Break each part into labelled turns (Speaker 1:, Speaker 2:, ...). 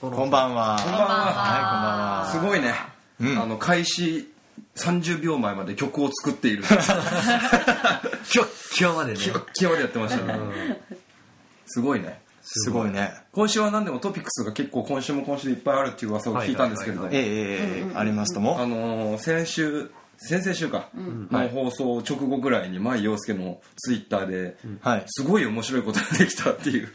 Speaker 1: こんばんは。
Speaker 2: こんばん
Speaker 1: は。はい、
Speaker 2: す
Speaker 1: こんばんは。
Speaker 2: ごいね、
Speaker 1: うん
Speaker 2: あの開始30秒前まで曲を作っている
Speaker 3: 今日、今日までね。
Speaker 2: キワッキワでやってましたね、すごいね
Speaker 1: すごいね。
Speaker 2: 今週は何でもトピックスが結構今週も今週でいっぱいあるっていう噂を聞いたんですけれども、
Speaker 3: はい
Speaker 1: ええええええありますとも。
Speaker 2: あのー先週先々週かの放送直後ぐらいに舞陽介のツイッターで、
Speaker 1: はい。
Speaker 2: すごい面白いことができたっていう、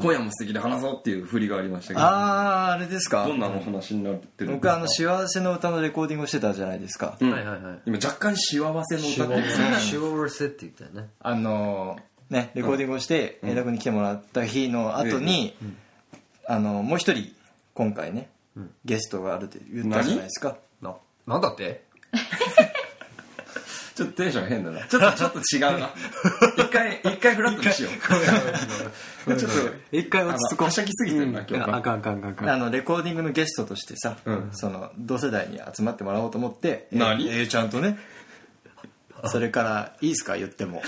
Speaker 2: 今夜も素敵で話そうっていう振りがありましたけど
Speaker 1: あー、あれですか
Speaker 2: どんなお話になってるんです
Speaker 1: 僕、あ
Speaker 2: か
Speaker 1: の、幸せの歌のレコーディングをしてたじゃないですか。
Speaker 2: うん
Speaker 3: はいはいはい。
Speaker 2: 今若干幸せの歌っていう
Speaker 3: シュワルセって言ったよね。
Speaker 1: あのーね、レコーディングをして、江田君に来てもらった日の後に、あのー、もう一人、今回ね、ゲストがあると言ったじゃないですか。
Speaker 3: な、なんだって
Speaker 2: ちょっとテンション変だなちょっとちょっと違うな一回一回フラットにしようちょっと
Speaker 3: 一回
Speaker 2: あ
Speaker 3: 落ち着
Speaker 2: の
Speaker 3: こう
Speaker 2: はしゃぎすぎてるな。今日
Speaker 3: あかんあかんあかんあかん。
Speaker 1: あの、レコーディングのゲストとしてさ、
Speaker 2: うん
Speaker 1: その、同世代に集まってもらおうと思って、えー
Speaker 2: 何
Speaker 1: えーちゃんとね、それから、いいですか言っても。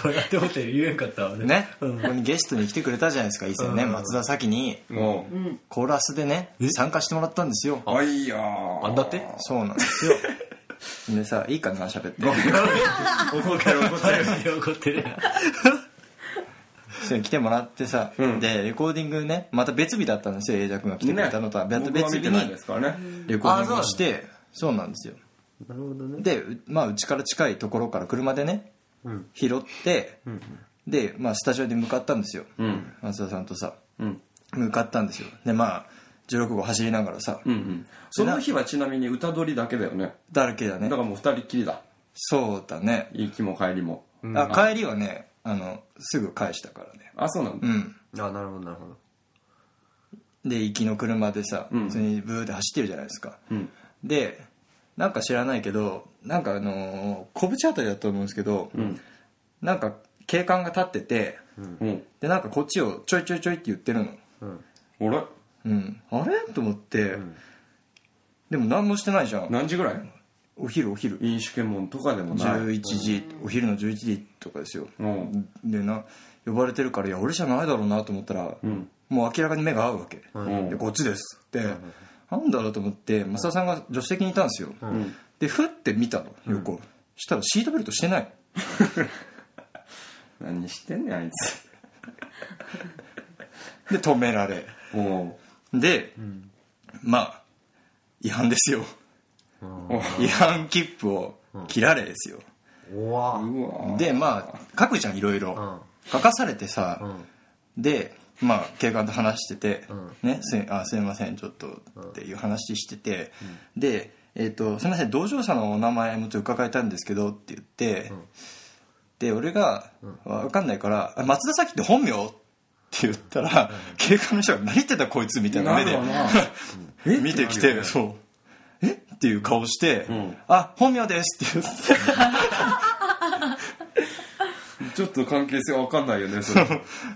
Speaker 3: こうやってホテル言えんかったわね。
Speaker 1: ね、ここにゲストに来てくれたじゃないですか、以前ね、
Speaker 3: うん
Speaker 1: 松田咲に、
Speaker 2: もう
Speaker 1: コーラスでね、参加してもらったんですよ。
Speaker 2: あいやー
Speaker 3: あんだって
Speaker 1: そうなんですよ。でさ、いいかな、喋って。
Speaker 3: 怒ってる怒ってる。怒ってる。
Speaker 1: それに来てもらってさ、
Speaker 2: うん
Speaker 1: で、レコーディングね、また別日だったんですよ、栄田君が来てくれたのとは、
Speaker 2: 僕は
Speaker 1: 別
Speaker 2: 見
Speaker 1: 日
Speaker 2: てない
Speaker 1: に
Speaker 2: ですからね
Speaker 1: レコーディングをして、そうなんですよ。
Speaker 3: なるほどね。
Speaker 1: で、うまあ、うちから近いところから車でね、
Speaker 3: うん。
Speaker 1: 拾って、で、まあ、スタジオに向かったんですよ。
Speaker 2: うん
Speaker 1: 松田さんとさ、
Speaker 2: うん
Speaker 1: 向かったんですよ。で、まあ、16号走りながらさ、
Speaker 2: うんうんその日はちなみに歌取りだけだよね
Speaker 1: だらけだ
Speaker 2: だ
Speaker 1: ね
Speaker 2: か。らもう二人っきりだ
Speaker 1: そうだね。
Speaker 2: 行きも帰りも
Speaker 1: あ帰りはねあのすぐ返したからね
Speaker 2: あそうなんだ
Speaker 1: うん
Speaker 3: あ、なるほどなるほど。
Speaker 1: で行きの車でさ
Speaker 2: うん
Speaker 1: 普通にブーって走ってるじゃないですか、
Speaker 2: うん
Speaker 1: でなんか知らないけどなんかあのー小渕あたりだと思うんですけど、
Speaker 2: うん
Speaker 1: なんか警官が立ってて
Speaker 2: うん
Speaker 1: でなんかこっちをちょいちょいちょいって言ってるの
Speaker 3: うん。
Speaker 2: あれ
Speaker 1: うんあれと思って、
Speaker 3: ん
Speaker 1: でも何もしてないじゃん
Speaker 2: 何時ぐらい
Speaker 1: お昼お昼
Speaker 2: 飲酒検問とかでもない
Speaker 1: 11時お昼の11時とかですよ
Speaker 2: うん
Speaker 1: でな呼ばれてるからいや俺じゃないだろうなと思ったら、
Speaker 2: うん
Speaker 1: もう明らかに目が合うわけ、
Speaker 2: うん
Speaker 1: でこっちですって、なんだろうと思って増田さんが助手席にいたんですよ、
Speaker 2: ん
Speaker 1: でふって見たの横、したらシートベルトしてない
Speaker 2: 何してんねんあいつ
Speaker 1: で止められ
Speaker 2: も
Speaker 1: で、まあ違反ですよ
Speaker 2: うお
Speaker 1: 違反切符を切られですよ、
Speaker 3: うわ
Speaker 2: うわ
Speaker 1: でまあ書くじゃんいろいろ、書かされてさ、
Speaker 3: うん。
Speaker 1: でまあ警官と話してて「
Speaker 3: ん
Speaker 1: ね、すいあすいませんちょっと」っていう話してて、で、えーと「すいません同乗者のお名前もちょっと伺いたいんですけど」って言って、で俺が、わ分かんないからあ「松田咲って本名?」って言ったら、警官の人が「何言ってたこいつ」みたいな目で
Speaker 2: なるわな
Speaker 1: 見てきて、そう「えっ?」ていう顔して「
Speaker 2: ん
Speaker 1: あ本名です」って言って
Speaker 2: ちょっと関係性わかんないよねそ れ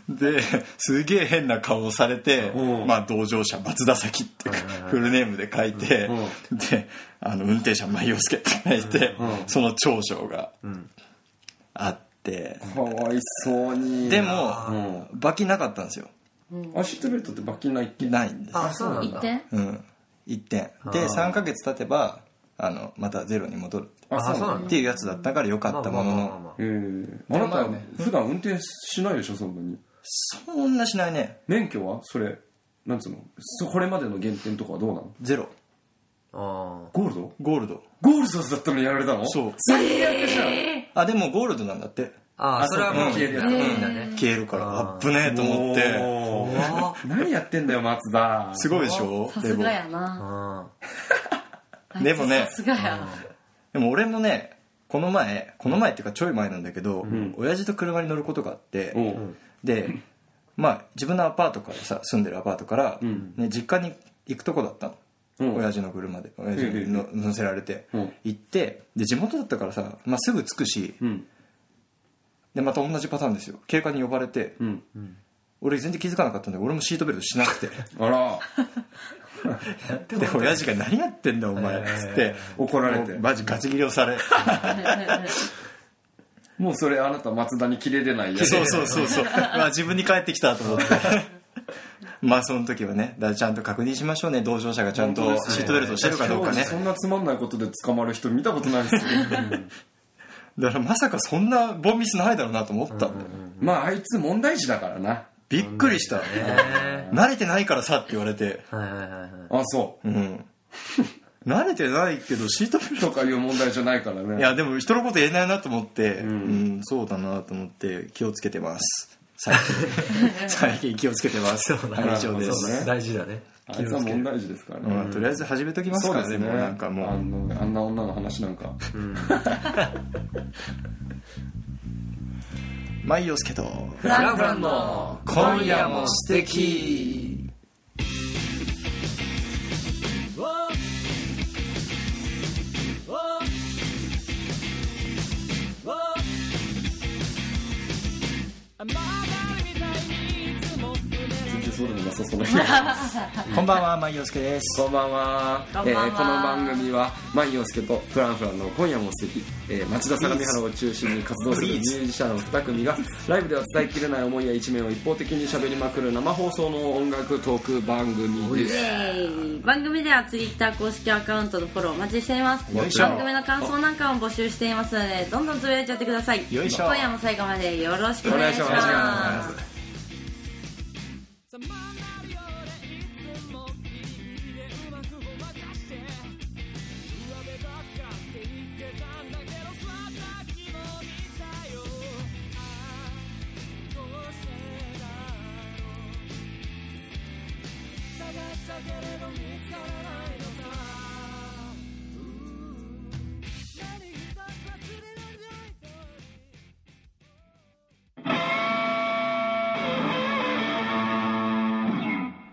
Speaker 1: で、すげえ変な顔をされて、
Speaker 2: うん
Speaker 1: まあ同乗者松田咲ってフルネームで書いて、で、あの運転者舞陽介って書いて、その長所があって、
Speaker 2: かわいそうに
Speaker 1: でも、罰金なかったんですよ。
Speaker 2: あシートベルトって罰金ないっけ
Speaker 1: ないんです。
Speaker 3: あ、そうなん
Speaker 2: 一
Speaker 3: だ。
Speaker 4: 点
Speaker 1: うん。1点。で、3ヶ月経てば、あの、またゼロに戻る
Speaker 3: あ、そうなん
Speaker 1: っ
Speaker 3: だ。
Speaker 1: ていうやつだったからよかったものの、
Speaker 3: まあ
Speaker 2: えーあなたは普段運転しないでしょそんなに
Speaker 1: そんなしないね。
Speaker 2: 免許はそれなんつうのそこれまでの減点とかはどうなの
Speaker 1: ゼロ。
Speaker 3: まあまあ。あ
Speaker 2: ゴールド
Speaker 1: ゴールド。
Speaker 2: ゴールドだったのにやられたの
Speaker 1: そう。
Speaker 2: 最悪じゃん
Speaker 1: あ、でもゴールドなんだって。
Speaker 3: あ。あ、それは
Speaker 2: そ
Speaker 3: もう
Speaker 2: う
Speaker 3: 消えるやつ
Speaker 4: うん
Speaker 3: いいんだね。
Speaker 1: 消えるから、
Speaker 3: あー
Speaker 1: あっぶねえと思って。
Speaker 2: おー
Speaker 3: 怖っ
Speaker 2: 何やってんだよ松田
Speaker 1: すごいでしょ
Speaker 4: さ
Speaker 1: ですも
Speaker 4: がやな
Speaker 3: あ
Speaker 1: でもね
Speaker 4: さすがや
Speaker 1: でも俺もねこの前この前っていうかちょい前なんだけど、
Speaker 2: ん
Speaker 1: 親父と車に乗ることがあって、
Speaker 2: おう
Speaker 1: でまあ自分のアパートからさ住んでるアパートから、
Speaker 2: ん
Speaker 1: ね、実家に行くとこだったの、
Speaker 2: うん
Speaker 1: 親父の車で親父にの乗せられて、
Speaker 2: うん
Speaker 1: 行ってで地元だったからさ、まあ、すぐ着くし
Speaker 2: うん
Speaker 1: でまた同じパターンですよ警官に呼ばれて、
Speaker 2: うん
Speaker 1: 俺全然気づかなかったんで俺もシートベルトしな くて
Speaker 2: あら
Speaker 1: で親父が「何やってんだお前」っつって
Speaker 2: 怒られて
Speaker 1: もうマジガチ切れをされ
Speaker 2: もうそれあなた松田に切れれないやつ
Speaker 1: そうそうそうそう、まあ、自分に帰ってきたと思って まあその時はねだからちゃんと確認しましょうね同乗者がちゃんと
Speaker 2: 本当ですね
Speaker 1: シートベルトしてるかどうかね
Speaker 2: そんなつまんないことで捕まる人見たことないですよ。
Speaker 1: だからまさかそんなボンミスないだろうなと思ったんだよ
Speaker 2: まあ、あいつ問題児だからな。
Speaker 1: びっくりした
Speaker 3: え
Speaker 1: 慣れてないからさって言われて
Speaker 3: ーはいはいはいはい。
Speaker 2: あ、そう。
Speaker 1: うん慣れてないけどシートベルト
Speaker 2: とかいう問題じゃないからね。
Speaker 1: いやでも人のこと言えないなと思って、うんそうだなと思って気をつけてます最近最近気をつけてますはい以上で
Speaker 3: そう
Speaker 1: す、
Speaker 3: だね。大事だね。
Speaker 2: あいつは問題児ですから
Speaker 1: う
Speaker 2: ね。
Speaker 1: ん、とりあえず始めときます
Speaker 2: そう
Speaker 1: か
Speaker 2: で
Speaker 1: ら
Speaker 2: す
Speaker 1: ね
Speaker 2: ね。
Speaker 1: もうなんかもう
Speaker 2: あのあんな女の話なんか。
Speaker 1: まあいいよすけど
Speaker 3: フラフランの
Speaker 1: 今夜も素敵
Speaker 2: 全然そうでもなさそうな
Speaker 1: こんばんはまあいいよすけです
Speaker 2: こんばんは。
Speaker 4: こんばんは
Speaker 2: えーこの番組は、マイヨスケとフランフランの今夜も素敵、えー町田相模原を中心に活動するミュージシャン2組が、ライブでは伝えきれない思いや一面を一方的に喋りまくる生放送の音楽トーク番組です。
Speaker 4: イエーイ番組ではツイッター公式アカウントのフォローお待ちしています
Speaker 1: よいしょ
Speaker 4: 番組の感想なんかも募集していますのでどんどんつぶやいちゃってください
Speaker 1: よいしょ
Speaker 4: 今夜も最後までよろしくお願いします
Speaker 2: お願いしま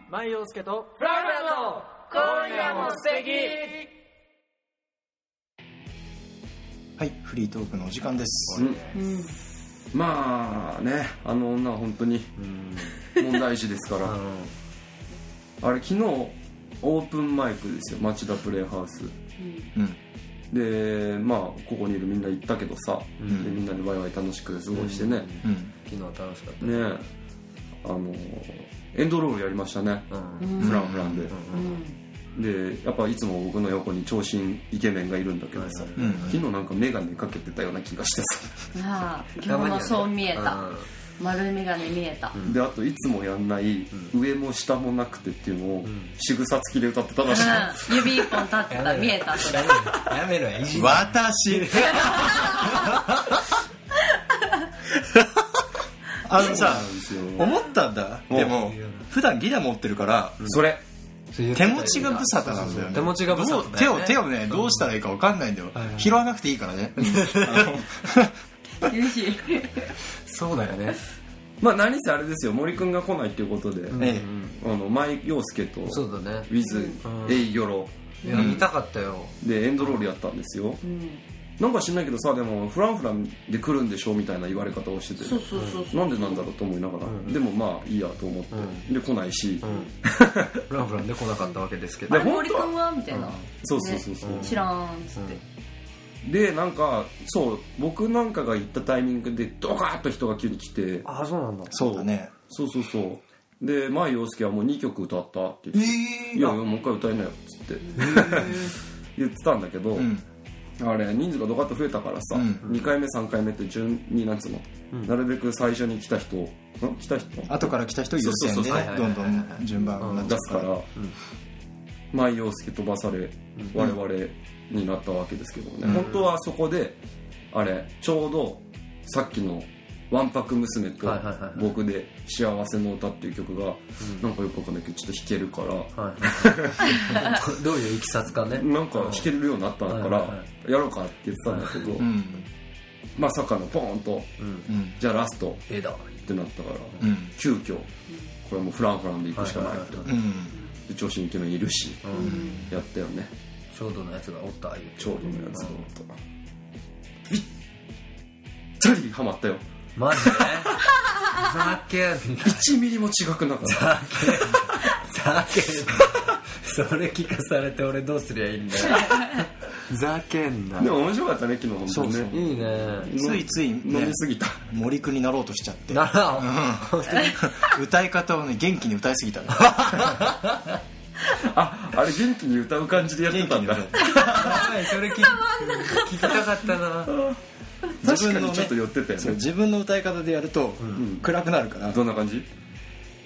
Speaker 5: 万葉介とフラフラの今夜も素敵
Speaker 1: はいフリートークのお時間です、
Speaker 2: まあね、あの女は本当に問題児ですから。あれ昨日オープンマイクですよ町田プレイハウ
Speaker 1: う
Speaker 2: ス
Speaker 1: ん
Speaker 2: でまあここにいるみんな行ったけどさ、
Speaker 1: ん
Speaker 2: でみんなでワイワイ楽しく過ごしてね、
Speaker 1: うん
Speaker 3: 昨日楽しかっ
Speaker 2: ねあのエンドロールやりましたね、
Speaker 3: た。うん。
Speaker 2: フランフランで、でやっぱいつも僕の横に長身イケメンがいるんだけどさ、
Speaker 1: うんうん
Speaker 2: 昨日なんか眼鏡かけてたような気がしてさ
Speaker 4: ああ今日もそう見えた、丸眼鏡見えた、
Speaker 2: であといつもやんない、上も下もなくてっていうのを、仕草付きで歌ってたらしい、
Speaker 4: うん、指一本立ってた見えたそれ
Speaker 3: やめろやめろ、いじっ
Speaker 1: 私 あのさ
Speaker 2: そうなんですよ
Speaker 1: 思ったんだ
Speaker 2: お
Speaker 1: でも普段ギター持ってるから
Speaker 2: それ
Speaker 1: 手持ちが無沙汰なんだよね
Speaker 3: 手持ちが無沙汰だよね
Speaker 1: どう手を手をねどうしたらいいか分かんないんだよ、
Speaker 3: はいはい
Speaker 1: 拾わなくていいからね
Speaker 4: 厳しい
Speaker 3: そうだよね。
Speaker 2: まあ何せあれですよ森くんが来ないっていうことで、
Speaker 1: ええ
Speaker 2: あの舞陽介とウ
Speaker 3: そうだね。
Speaker 2: ィズ
Speaker 3: うん
Speaker 2: エイギョロ
Speaker 3: いや、見たかったよ。
Speaker 2: でエンドロールやったんですよ、なんか知んないけどさでもフランフランで来るんでしょみたいな言われ方をしてて
Speaker 4: そうそうそうそう
Speaker 2: なんでなんだろうと思いながら、でもまあいいやと思って、で来ないし、
Speaker 3: フランフランで来なかったわけですけ
Speaker 4: あ
Speaker 3: ど
Speaker 4: れ。森君はみたいな、
Speaker 2: そうそうそうそう、
Speaker 4: 知らんっつって、
Speaker 2: でなんかそう僕なんかが行ったタイミングでドカーッと人が急に来て
Speaker 3: あ、そうなんだ。
Speaker 1: そうだね
Speaker 2: そうそうそうで前陽介はもう2曲歌ったって言っていやいやもう一回歌いなよっつって言ってたんだけど、
Speaker 1: ん
Speaker 2: あれ人数がドカッと増えたからさ、
Speaker 1: うん
Speaker 2: 2回目3回目って順になんつうの、なるべく最初に来た人ん来た人
Speaker 1: 後から来た人優先で
Speaker 2: そうそうそうは
Speaker 1: ね
Speaker 2: い
Speaker 3: はい
Speaker 1: ど
Speaker 3: は
Speaker 1: ん
Speaker 3: い
Speaker 1: どん順番になっちゃ
Speaker 2: 出
Speaker 1: う
Speaker 2: す
Speaker 1: か、
Speaker 2: からら、舞陽介飛ばされ我々になったわけですけどね、本当はそこであれちょうどさっきの「わんぱく娘」と
Speaker 3: はいはいはいはい
Speaker 2: 僕で「幸せの歌」っていう曲がなんかよくわかんないけどちょっと弾けるから、
Speaker 3: はい。どういういきさつかね。
Speaker 2: なんか弾けるようになったか
Speaker 3: はいはい
Speaker 2: ら
Speaker 3: は
Speaker 2: やろうかって言ってたんだけど、
Speaker 1: うん
Speaker 2: まさかのポーンと
Speaker 1: うん
Speaker 2: じゃあラストっ
Speaker 3: ええだ。
Speaker 2: てなったから、
Speaker 1: うん
Speaker 2: 急遽これはもうフランフランで行くしかない
Speaker 3: はいはい
Speaker 1: うん
Speaker 2: で調子にイケメンいるし、やったよね
Speaker 3: ちょうどのやつがおった、ああいう。
Speaker 2: ちょうどのやつのとかぴったりハマったよ
Speaker 3: マジでふざけんな。
Speaker 2: 1ミリも違くなかった
Speaker 3: ふざけんな。それ聞かされて俺どうすりゃいいんだよ。ふざけんな
Speaker 2: でも面白かったね昨日本当にね
Speaker 1: そう
Speaker 3: いいね
Speaker 1: ついつい、ね、
Speaker 2: 飲みすぎた
Speaker 1: 森くんになろうとしちゃって
Speaker 3: なら
Speaker 1: 歌い方をね元気に歌いすぎたの
Speaker 2: ああれ元気に歌う感じでやってたんだ
Speaker 1: 元気
Speaker 3: それ聞き聞きたかったな
Speaker 1: 自分
Speaker 2: 確か
Speaker 1: のね
Speaker 2: にちょっと寄ってたよ
Speaker 1: そう
Speaker 2: ね
Speaker 1: 自分の歌い方でやると、暗くなるから
Speaker 2: どんな感じ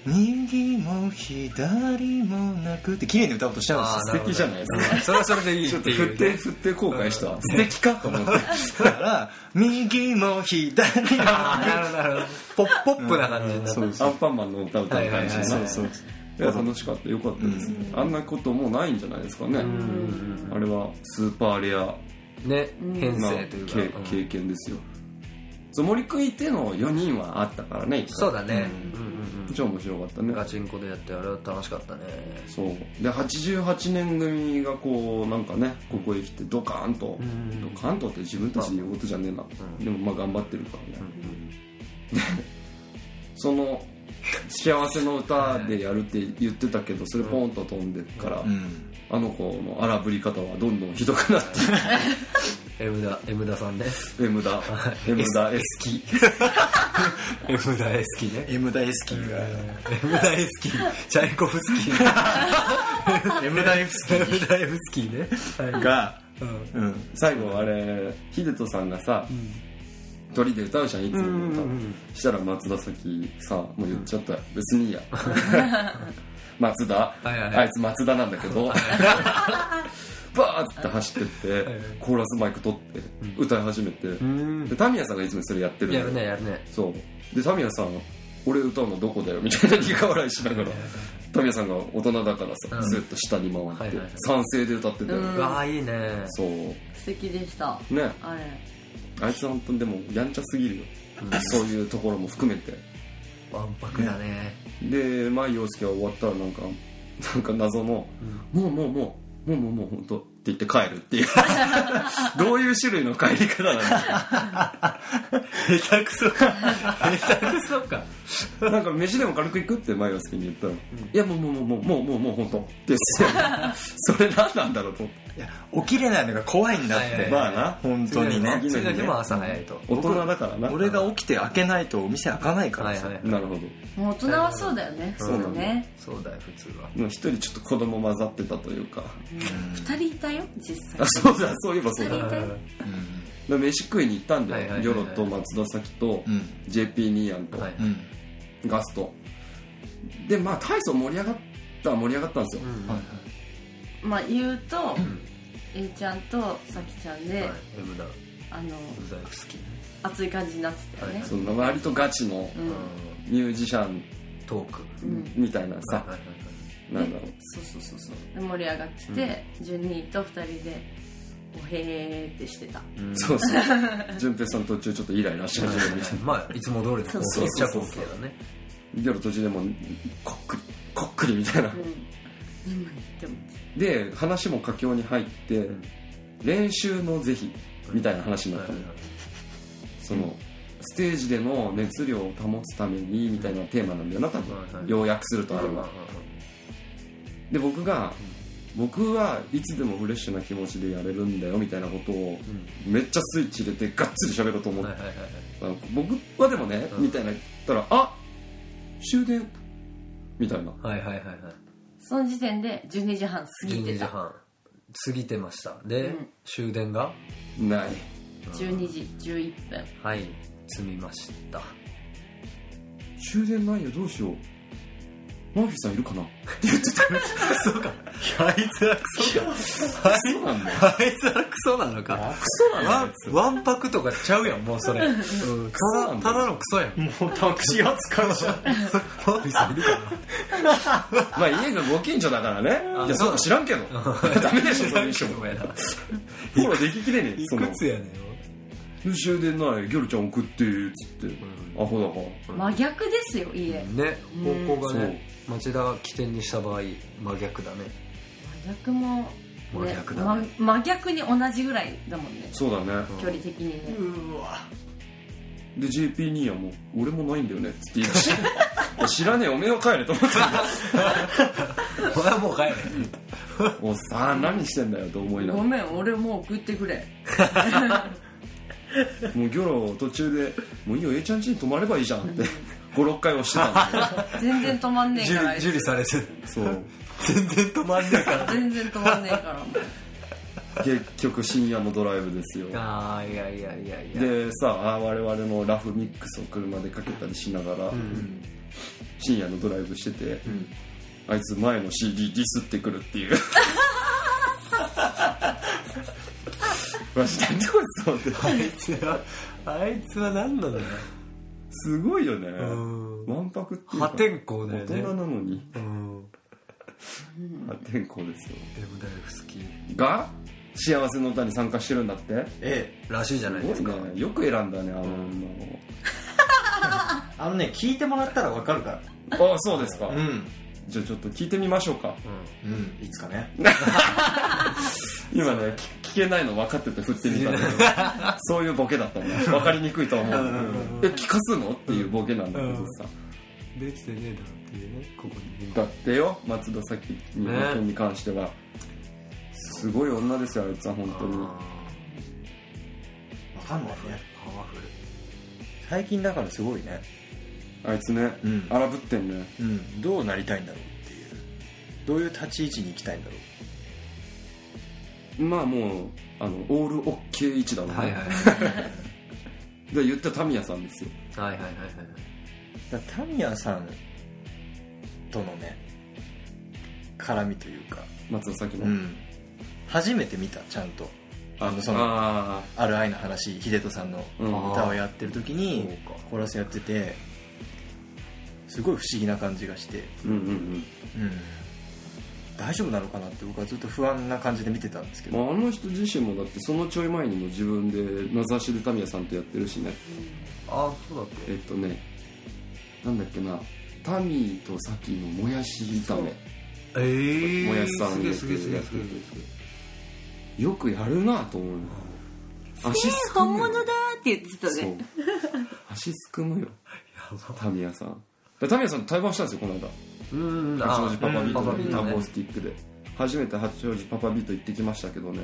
Speaker 1: 右も左もなくって綺麗に歌おうとしちゃうんです
Speaker 2: 素敵じゃないですか
Speaker 3: か それはそれでいい
Speaker 2: ちょ
Speaker 3: っ
Speaker 2: ってと
Speaker 3: い
Speaker 2: 振っ
Speaker 3: う
Speaker 2: て
Speaker 3: ね
Speaker 2: 振って後悔した素敵かと思って
Speaker 1: よだから右も左も
Speaker 3: あーなるほどなるほどポッポップな感じになった
Speaker 1: そう
Speaker 2: ア
Speaker 1: そう
Speaker 2: ンパンマンの歌歌う感じ
Speaker 3: はいはいはい
Speaker 1: そうそう
Speaker 2: いや楽しかったよかったです、あんなこともうないんじゃないですかねあれはスーパーレア
Speaker 3: ね編
Speaker 2: な
Speaker 3: 成というか
Speaker 2: け
Speaker 3: うん
Speaker 2: 経験ですよそう森君いての4人はあったからね
Speaker 3: そうだねうん
Speaker 2: 一応面白かった
Speaker 3: う
Speaker 2: ね
Speaker 3: んガチンコでやってあれは楽しかったね
Speaker 2: そうで88年組がこうなんかねここへ来てドカーンと、
Speaker 3: ん
Speaker 2: ドカーンとって自分たちで言うことじゃねえな、でもまあ頑張ってるからね、でその「幸せの歌」でやるって言ってたけどそれポンと飛んでから、
Speaker 1: うん
Speaker 2: あの子の荒ぶり方はどんどんひどくなって
Speaker 3: M だ M ださんね
Speaker 2: M だ M だ S キ
Speaker 3: M だ S キね
Speaker 1: M 大好きが
Speaker 3: M だ S キチャイコフスキー
Speaker 1: M 大好
Speaker 3: M だ S キね
Speaker 1: きが、
Speaker 3: うん
Speaker 1: うん、
Speaker 2: 最後あれ秀人さんがさ、鳥で歌うじゃんいつもの歌、したら松田咲さもう言っちゃったよ、別にいい や松田、
Speaker 3: いはいはい
Speaker 2: あいつ松田なんだけど バーって走ってって、
Speaker 3: はいはい
Speaker 2: コーラスマイク取って歌い始めて、でタミヤさんがいつもそれやってるんだ
Speaker 3: や
Speaker 2: よ
Speaker 3: るねやるね
Speaker 2: そうでタミヤさん俺歌うのどこだよみたいな苦笑いしながらタミヤさんが大人だからさ、
Speaker 3: うん
Speaker 2: ずっと下に回って、
Speaker 3: はいはいはい
Speaker 2: 賛成で歌ってたよ、
Speaker 4: うん
Speaker 3: うわあいいね
Speaker 2: そう
Speaker 4: 素敵でした
Speaker 2: ね
Speaker 4: あれ
Speaker 2: あいつ本当にでもやんちゃすぎるよ、そういうところも含めて
Speaker 3: わんぱくだね
Speaker 2: で舞陽介は終わったらなんかなんか謎の、もうもうもうもうもうもう本当って言って帰るっていうどういう種類の帰り方なんだ
Speaker 3: 下手くそか下手くそか
Speaker 2: なんか飯でも軽く行くって舞陽介に言ったら、いやもうもうもうもうもうもうもう本当ってそれ何なんだろうと思って
Speaker 1: いや起きれないのが怖いんだって、
Speaker 3: はいはいはい
Speaker 2: まあな
Speaker 1: 本当にね
Speaker 3: 次の日も朝早いと
Speaker 2: 大人だからな
Speaker 1: 俺が起きて開けないとお店開かないから
Speaker 3: はい
Speaker 1: さ、
Speaker 3: はい
Speaker 2: なるほど
Speaker 4: もう大人はそうだよね
Speaker 2: そうなんだ
Speaker 4: ね
Speaker 3: そうだよ普通は
Speaker 2: もう一人ちょっと子供混ざってたというか
Speaker 4: 二人いたよ実
Speaker 2: あ
Speaker 4: 際
Speaker 2: そうだそういえばそう
Speaker 4: 二
Speaker 2: だ
Speaker 4: 人いたよ
Speaker 2: で飯食いに行ったんだよ、
Speaker 3: はいはいはい
Speaker 2: ギ
Speaker 3: はい
Speaker 2: ョロと松田咲と
Speaker 1: うん
Speaker 2: JP ニーヤンと
Speaker 3: はい
Speaker 1: うん、うん
Speaker 2: ガスト、でまあ大層盛り上がったは盛り上がったんですよ、
Speaker 1: はいはい
Speaker 4: まあ言うと、えいちゃんとさきちゃんで、
Speaker 3: はい M だ
Speaker 4: あの
Speaker 3: うざい好き
Speaker 4: 熱い感じになってたよね、
Speaker 3: はい
Speaker 2: その割とガチの
Speaker 4: うん
Speaker 2: ミュージシャン
Speaker 3: トーク
Speaker 4: うん
Speaker 2: みたいな
Speaker 3: はい
Speaker 2: さ、
Speaker 3: はいはい
Speaker 2: なんだろう
Speaker 4: そうそうそうそうで盛り上がってて、順にと二人でおへーってしてた
Speaker 3: うん
Speaker 2: そう そう淳平さん途中ちょっとイライラし始めるみたいな
Speaker 3: まあいつも通りの光
Speaker 4: そ
Speaker 3: 景
Speaker 4: う
Speaker 3: っち
Speaker 2: そう
Speaker 3: ゃ
Speaker 2: そう
Speaker 3: 光景だね
Speaker 2: ギョロ途中でもうこっくりこっくりみたいな
Speaker 4: うん今って思って
Speaker 2: で話も佳境に入って、
Speaker 3: ん
Speaker 2: 練習の是非みたいな話になったの、そのステージでの熱量を保つためにみたいなテーマなんだよな多分、
Speaker 3: はいはい
Speaker 2: 要約するとあれは、で僕が僕はいつでもフレッシュな気持ちでやれるんだよみたいなことを
Speaker 3: ん
Speaker 2: めっちゃスイッチ入れてがっつり喋ろうと思っ
Speaker 3: はい
Speaker 2: て
Speaker 3: はいはいはい
Speaker 2: 僕はでもね
Speaker 3: うん
Speaker 2: みたいな言ったら「あ終電」みたいな
Speaker 3: はいはいはいはい
Speaker 4: その時点で12時半過ぎて
Speaker 3: 12時
Speaker 4: た
Speaker 3: 半過ぎてましたで、
Speaker 4: うん
Speaker 3: 終電が
Speaker 2: ない
Speaker 4: 12時11分
Speaker 3: はい積みました
Speaker 2: 終電ないよどうしようマーフィーさんいるかな
Speaker 3: あいつはクソか
Speaker 2: そうなん だよ
Speaker 3: あいつはクソなのか
Speaker 2: クソなの
Speaker 3: わわんぱくとかちゃうやんもうそれ、うん、た
Speaker 2: な
Speaker 3: だ
Speaker 2: んだ
Speaker 3: ただのクソやん もうタクシー扱うじゃんマーフィーさんい るか
Speaker 2: まあ家がご近所だからね
Speaker 3: あ
Speaker 2: いや
Speaker 3: そう
Speaker 2: そうか知らんけどダメでしょそれにして
Speaker 3: な
Speaker 2: も
Speaker 3: ごめんな
Speaker 2: フォローでききれねえ
Speaker 3: い
Speaker 2: その
Speaker 3: くつやねんよ
Speaker 2: 終電ないギョルちゃん送ってっつってアホだから
Speaker 4: 真逆ですよ家
Speaker 3: ね方向がね町田が起点にした場合真逆だね
Speaker 4: 真逆も、ね、
Speaker 3: 真逆だね
Speaker 4: ま真逆に同じぐらいだもんね
Speaker 2: そうだね、
Speaker 4: 距離的にね、
Speaker 2: で JP ニーヤも「俺もないんだよね」っつって言い出して いや知らねえおめえは帰れと思って
Speaker 3: これはもう帰れ
Speaker 2: おっさん何してんだよと思いなが
Speaker 4: ご
Speaker 2: ら
Speaker 4: めん俺もう送ってくれ
Speaker 2: もうギョロ途中で「もういいよ A ちゃん家に泊まればいいじゃん」って56回 押してたんだよ
Speaker 4: 全然止まんねえからあいつ
Speaker 3: 受理されて
Speaker 2: そう
Speaker 3: 全然止まんねえから
Speaker 4: 全然止まんねえからもう
Speaker 2: 結局深夜のドライブですよ
Speaker 3: あ あいやいやいやいや
Speaker 2: でさあ我々のラフミックスを車でかけたりしながら、深夜のドライブしてて、あいつ前の CD ディスってくるって いうマジなんでこいつと思って
Speaker 3: あいつはあいつは何なんだよ
Speaker 2: すごいよね
Speaker 3: ん
Speaker 2: わんぱくっていうか
Speaker 3: 破天荒だ
Speaker 2: 大
Speaker 3: よ
Speaker 2: 人
Speaker 3: ね
Speaker 2: なのに
Speaker 3: うん
Speaker 2: 破天荒ですよ
Speaker 3: でも大好き
Speaker 2: が幸せの歌に参加してるんだって
Speaker 1: ええ
Speaker 3: らしいじゃないです
Speaker 2: す
Speaker 3: か
Speaker 2: ごいねよく選んだねあの女を
Speaker 1: あのね聞いてもらったらわかるか
Speaker 2: あそうですか、
Speaker 1: らうん
Speaker 2: じゃあちょっと聞いてみましょうか
Speaker 1: うんいつかね
Speaker 2: 今ね聞聞けないの分かってて振ってみたんだけど そういうボケだったのね分かりにくいとは思うんだけどえ聞かすのっていうボケなんだけどさ
Speaker 3: できてねえだろっていうねここに
Speaker 2: だってよ松戸咲美
Speaker 3: ね
Speaker 2: に関してはすごい女ですよあいつは本当に
Speaker 1: わかんないね
Speaker 3: パワフル
Speaker 1: 最近だからすごいね
Speaker 2: あいつね
Speaker 1: うん
Speaker 2: 荒ぶってんね
Speaker 1: うんどうなりたいんだろうっていうどういう立ち位置に行きたいんだろう
Speaker 2: まあもうあのオールオッケー一だもん
Speaker 3: はいはい
Speaker 2: ねで言ったタミヤさんですよ
Speaker 3: はいはいはいはい
Speaker 1: だからタミヤさんとのね絡みというか、
Speaker 2: 松戸咲
Speaker 1: う
Speaker 2: の
Speaker 1: ん、初めて見たちゃんとあのその
Speaker 2: あ
Speaker 1: 「ある愛の話」秀人さんの
Speaker 2: ーうん
Speaker 3: あー
Speaker 1: 歌をやってる時に
Speaker 3: そうか
Speaker 1: コーラスやっててすごい不思議な感じがして、
Speaker 2: うんうん
Speaker 1: うん、大丈夫なのかなって僕はずっと不安な感じで見てたんですけ
Speaker 2: うん
Speaker 1: ど
Speaker 2: まああの人自身もだってそのちょい前にも自分で名指しでタミヤさんとやってるしね
Speaker 3: ああそうだっ
Speaker 2: えっとねなんだっけなタミーとサキのもやし炒め
Speaker 3: たええ
Speaker 2: もやしさん
Speaker 3: す
Speaker 2: 入れ
Speaker 3: げえ
Speaker 2: て
Speaker 3: すげえすげえすげえ
Speaker 2: よくやるなと思うよ足すく
Speaker 4: 本
Speaker 2: むよ
Speaker 4: 物だーって言ってた
Speaker 2: そう
Speaker 4: ね
Speaker 2: 足すくむよタミヤさんでタミヤさんと対バンしたんですよこの間
Speaker 3: うんうんあ
Speaker 2: 八王子パパビー
Speaker 3: うんパパビー
Speaker 2: トで
Speaker 3: トね
Speaker 2: アコースティックで初めて八王子パパビート行ってきましたけどね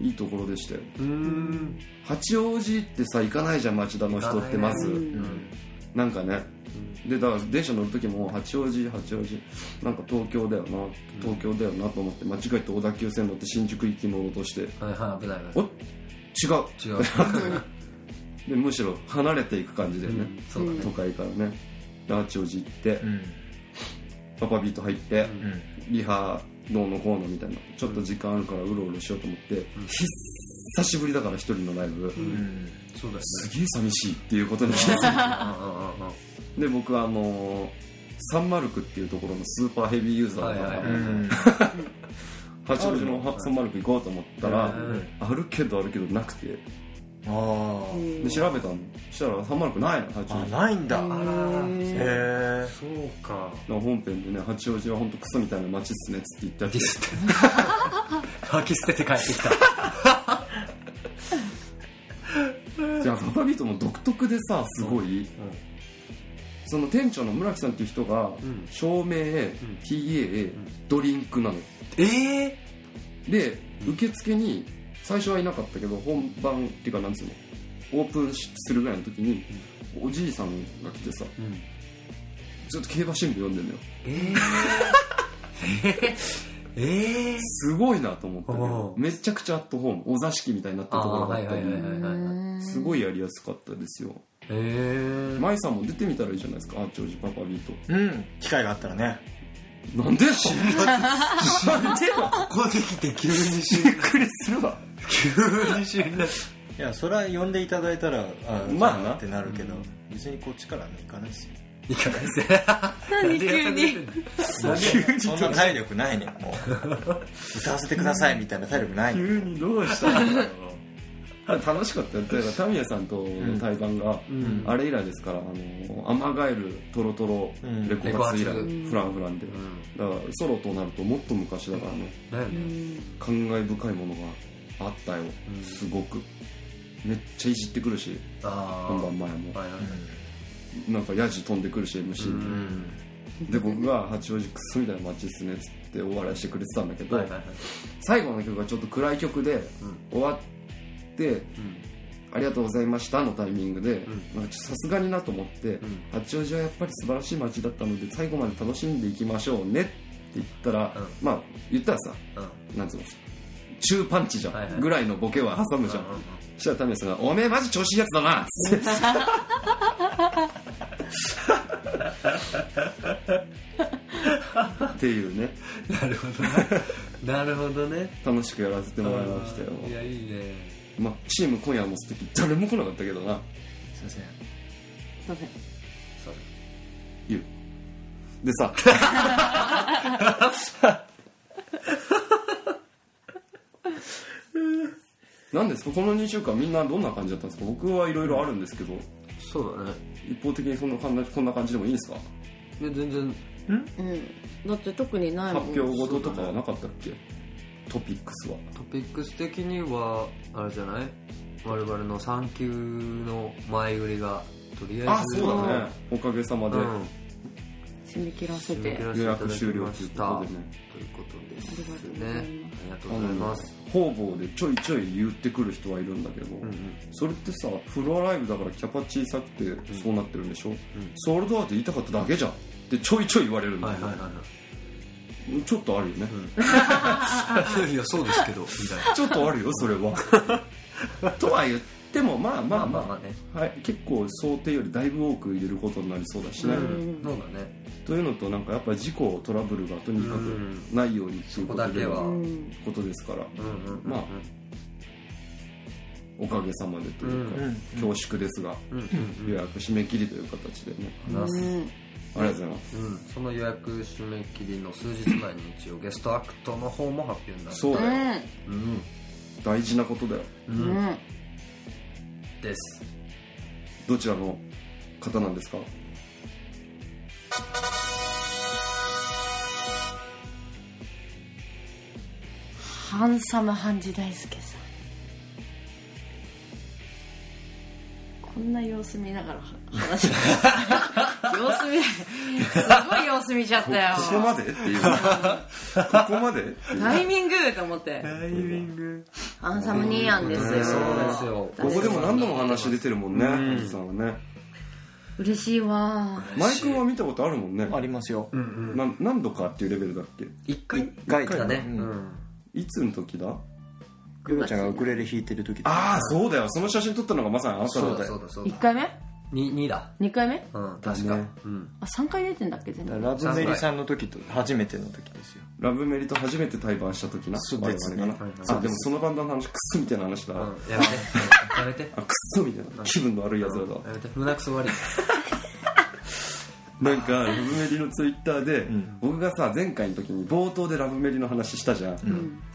Speaker 2: いいところでしたよ
Speaker 3: うんうん
Speaker 2: 八王子ってさ行かないじゃん町田の人ってま
Speaker 3: 行かな
Speaker 2: ず
Speaker 3: うん
Speaker 2: なんかねでだから電車乗る時も八王子八王子なんか東京だよな東京だよなと思って間違えて小田急線乗って新宿行き乗ろうとして
Speaker 3: はいはい危ない
Speaker 2: お違う
Speaker 3: 危 ない違う
Speaker 2: でむしろ離れていく感じだよね、
Speaker 3: そうだね
Speaker 2: 都会からねで八王子行って、
Speaker 1: うん
Speaker 2: パパビート入って、
Speaker 1: うん
Speaker 2: リハどうのこうのみたいなちょっと時間あるからうろうろしようと思って、久しぶりだから一人のライブ、
Speaker 1: うん
Speaker 3: そうだよ
Speaker 2: すげえ寂しいっていうことに気づい
Speaker 3: ねああああ
Speaker 2: てで僕はあのーサンマルクっていうところのスーパーヘビーユーザーだから、
Speaker 3: はいは
Speaker 1: う
Speaker 3: い
Speaker 1: ん
Speaker 2: 八王子のはサンマルク行こうと思ったら、
Speaker 3: うん
Speaker 2: あるけどあるけどなくて
Speaker 1: あー
Speaker 2: で調べたのしたらサンマルクないの八王
Speaker 1: あ
Speaker 2: 子
Speaker 1: ないんだ
Speaker 3: あ
Speaker 1: へ
Speaker 3: ら
Speaker 1: え
Speaker 3: そうか
Speaker 2: だから本編でね八王子は本当クソみたいな街っすねっつって言った
Speaker 3: デ
Speaker 2: り
Speaker 3: ィスって 吐き捨てて帰ってきた
Speaker 2: じゃあパパビートも独特でさすごい、その店長の村木さんっていう人が、
Speaker 3: ん
Speaker 2: 照明、PA、ドリンクなの
Speaker 3: ええ
Speaker 2: で受付に最初はいなかったけど本番っていうかなんつうのオープンするぐらいの時に、おじいさんが来てさ、
Speaker 3: ん
Speaker 2: ずっと競馬新聞読んでんだよ
Speaker 3: ええええ
Speaker 2: すごいなと思ったけど
Speaker 3: おう
Speaker 2: めちゃくちゃアットホームお座敷みたいになったところがあったり、
Speaker 3: はい
Speaker 2: すごいやりやすかったですよ
Speaker 3: ええ
Speaker 2: 舞さんも出てみたらいいじゃないですか八王子パパビート
Speaker 1: うん機会があったらね
Speaker 2: なんで死んだ死んでよ
Speaker 3: ここできて急に死ぬ
Speaker 2: びっくりするわ
Speaker 3: 急に死ぬ
Speaker 1: いやそれは呼んでいただいたらあ
Speaker 2: まあな
Speaker 1: なってなるけど別にこっちからね行かないですよ
Speaker 3: いかないぜ何急に
Speaker 1: そんな体力ないねもう歌わせてくださいみたいな体力ないね
Speaker 2: 急にどうしたんだろう楽しかったよだからタミヤさんとの対談が、
Speaker 3: ん
Speaker 2: あれ以来ですからあのアマガエルトロトロ
Speaker 1: うん
Speaker 2: レコ発以来、
Speaker 3: レコ
Speaker 2: フランフランで、
Speaker 3: ん
Speaker 2: だからソロとなるともっと昔だからね
Speaker 3: だよね
Speaker 2: 感慨深いものがあったよ、すごくめっちゃいじってくるし
Speaker 3: ああ
Speaker 2: 本番前も
Speaker 3: はいはい
Speaker 2: なんかヤジ飛んでくるし MC に、
Speaker 3: うん
Speaker 2: で僕が八王子クソみたいな街っすねっつってお笑いしてくれてたんだけど、
Speaker 3: はいはいはい
Speaker 2: 最後の曲がちょっと暗い曲で、終わって、ありがとうございました」のタイミングでなんかちょっとさすがになと思って、八王子はやっぱり素晴らしい街だったので最後まで楽しんでいきましょうねって言ったら、
Speaker 3: う
Speaker 2: まあ言ったらさ
Speaker 3: うん
Speaker 2: なんつうの中パンチじゃん、
Speaker 3: はいはい
Speaker 2: ぐらいのボケは挟むじゃん、
Speaker 3: うんうんうん
Speaker 2: そしたらタミヤさんが「おめえマジ調子いいやつだな」っつってっていうね
Speaker 3: なるほどねなるほどね
Speaker 2: 楽しくやらせてもらいましたよ
Speaker 3: あーいやいいね
Speaker 2: まあ、チーム今夜も素敵誰も来なかったけどな
Speaker 3: すいません
Speaker 4: そうだね
Speaker 3: それ
Speaker 2: 言うでさなんですかこの2週間みんなどんな感じだったんですか僕はいろいろあるんですけど
Speaker 3: そうだね
Speaker 2: 一方的にそんな感じこんな感じでもいいんですか
Speaker 3: いや全然
Speaker 4: うんだって特にない
Speaker 2: 発
Speaker 4: もん
Speaker 2: 表ごととかはなかったっけトピックスは
Speaker 3: トピックス的にはあれじゃない我々の産休の前売りがとりあえ
Speaker 2: あ
Speaker 3: ず
Speaker 2: そうだねおかげさまで
Speaker 3: うん
Speaker 4: 締め切らせ
Speaker 3: 締め
Speaker 4: て
Speaker 3: 切らせて
Speaker 2: 予
Speaker 3: いただ
Speaker 2: 約
Speaker 3: き
Speaker 2: 終了
Speaker 3: ま
Speaker 2: という
Speaker 3: し
Speaker 2: こ
Speaker 3: た
Speaker 2: と
Speaker 3: と
Speaker 2: で
Speaker 3: いう
Speaker 2: ね
Speaker 3: ことで
Speaker 4: ありがと
Speaker 3: すねありがと
Speaker 4: うございま
Speaker 2: あ
Speaker 3: うござい
Speaker 2: の
Speaker 3: ます
Speaker 2: 方々でちょいちょい言ってくる人はいるんだけど、
Speaker 3: うんうん
Speaker 2: それってさフロアライブだからキャパ小さくてそうなってるんでしょ、ソールドアウト言いたかっただけじゃんってちょいちょい言われるんだ
Speaker 3: はい
Speaker 2: よ
Speaker 3: はい
Speaker 2: ね、
Speaker 3: はいは
Speaker 2: ちょっとあるよね、
Speaker 3: いいやそうですけどみたいな
Speaker 2: ちょっとあるよそれはとは言ってもまあまあまあ、
Speaker 3: あね
Speaker 2: はい、結構想定よりだいぶ多く入れることになりそうだしね、
Speaker 4: ん
Speaker 3: そうだね
Speaker 2: というのとなんかやっぱ事故トラブルがとにか
Speaker 3: う
Speaker 2: くないようにっていうことで
Speaker 3: そこだけは
Speaker 4: うん
Speaker 2: ことですから
Speaker 3: うんうんうんうん
Speaker 2: まあおかげさまでというか、
Speaker 1: うん
Speaker 2: 恐縮ですが
Speaker 3: うんうん
Speaker 2: 予約締め切りという形でね
Speaker 3: 話す
Speaker 4: う
Speaker 2: あり
Speaker 4: ん
Speaker 2: がとうございます
Speaker 3: うん、その予約締め切りの数日前に一応ゲストアクトの方も発表になる
Speaker 2: そうだよ
Speaker 3: うん、
Speaker 2: 大事なことだよ
Speaker 3: う
Speaker 4: うん
Speaker 3: ん
Speaker 4: うん
Speaker 3: です
Speaker 2: どちらの方なんですか
Speaker 4: ハンサムハンジ大輔さんこんな様子見ながらは話してます様子見すごい様子見ちゃったよ
Speaker 2: ここまでって いうここまでっていう
Speaker 4: タイミングと思って
Speaker 1: タイミング
Speaker 4: ハンサム兄やんですよ
Speaker 3: そうですよ
Speaker 2: ここでも何度も話出てるもんねハジさんはね
Speaker 4: 嬉しいわ
Speaker 2: マイ君は見たことあるもんね
Speaker 1: ありますよ
Speaker 3: うんうん
Speaker 2: な何度かっていうレベルだっけ
Speaker 3: 一回
Speaker 1: 一回
Speaker 3: だね
Speaker 1: うん
Speaker 3: うん
Speaker 2: いつの時だ
Speaker 1: グロちゃんがウクレレ弾いてる時
Speaker 2: ああそうだよその写真撮ったのがまさにあなた
Speaker 3: そ
Speaker 2: の
Speaker 3: うだ
Speaker 2: だよ
Speaker 3: そうだそう
Speaker 4: 1
Speaker 3: だ
Speaker 4: 回目
Speaker 3: に2だ
Speaker 4: ?2 回目
Speaker 3: うん確
Speaker 2: だ
Speaker 3: か
Speaker 2: ね
Speaker 3: うん
Speaker 4: あ3回出てんだっけ全
Speaker 1: だ
Speaker 4: 部
Speaker 1: からラブメリさんの時と初めての時ですよ
Speaker 2: ラブメリと初めて対バンした時な
Speaker 1: そうですね
Speaker 2: 我々がな
Speaker 3: はいはい
Speaker 2: あでもそのバンドの話クソみたいな話だ、
Speaker 3: う
Speaker 2: あ
Speaker 3: んやめてやめて
Speaker 2: クソみたいな気分の悪いやつらだ、
Speaker 3: やめて胸くそ悪い
Speaker 2: なんかラブメリのツイッターで、
Speaker 1: ん
Speaker 2: 僕がさ前回の時に冒頭でラブメリの話したじゃん、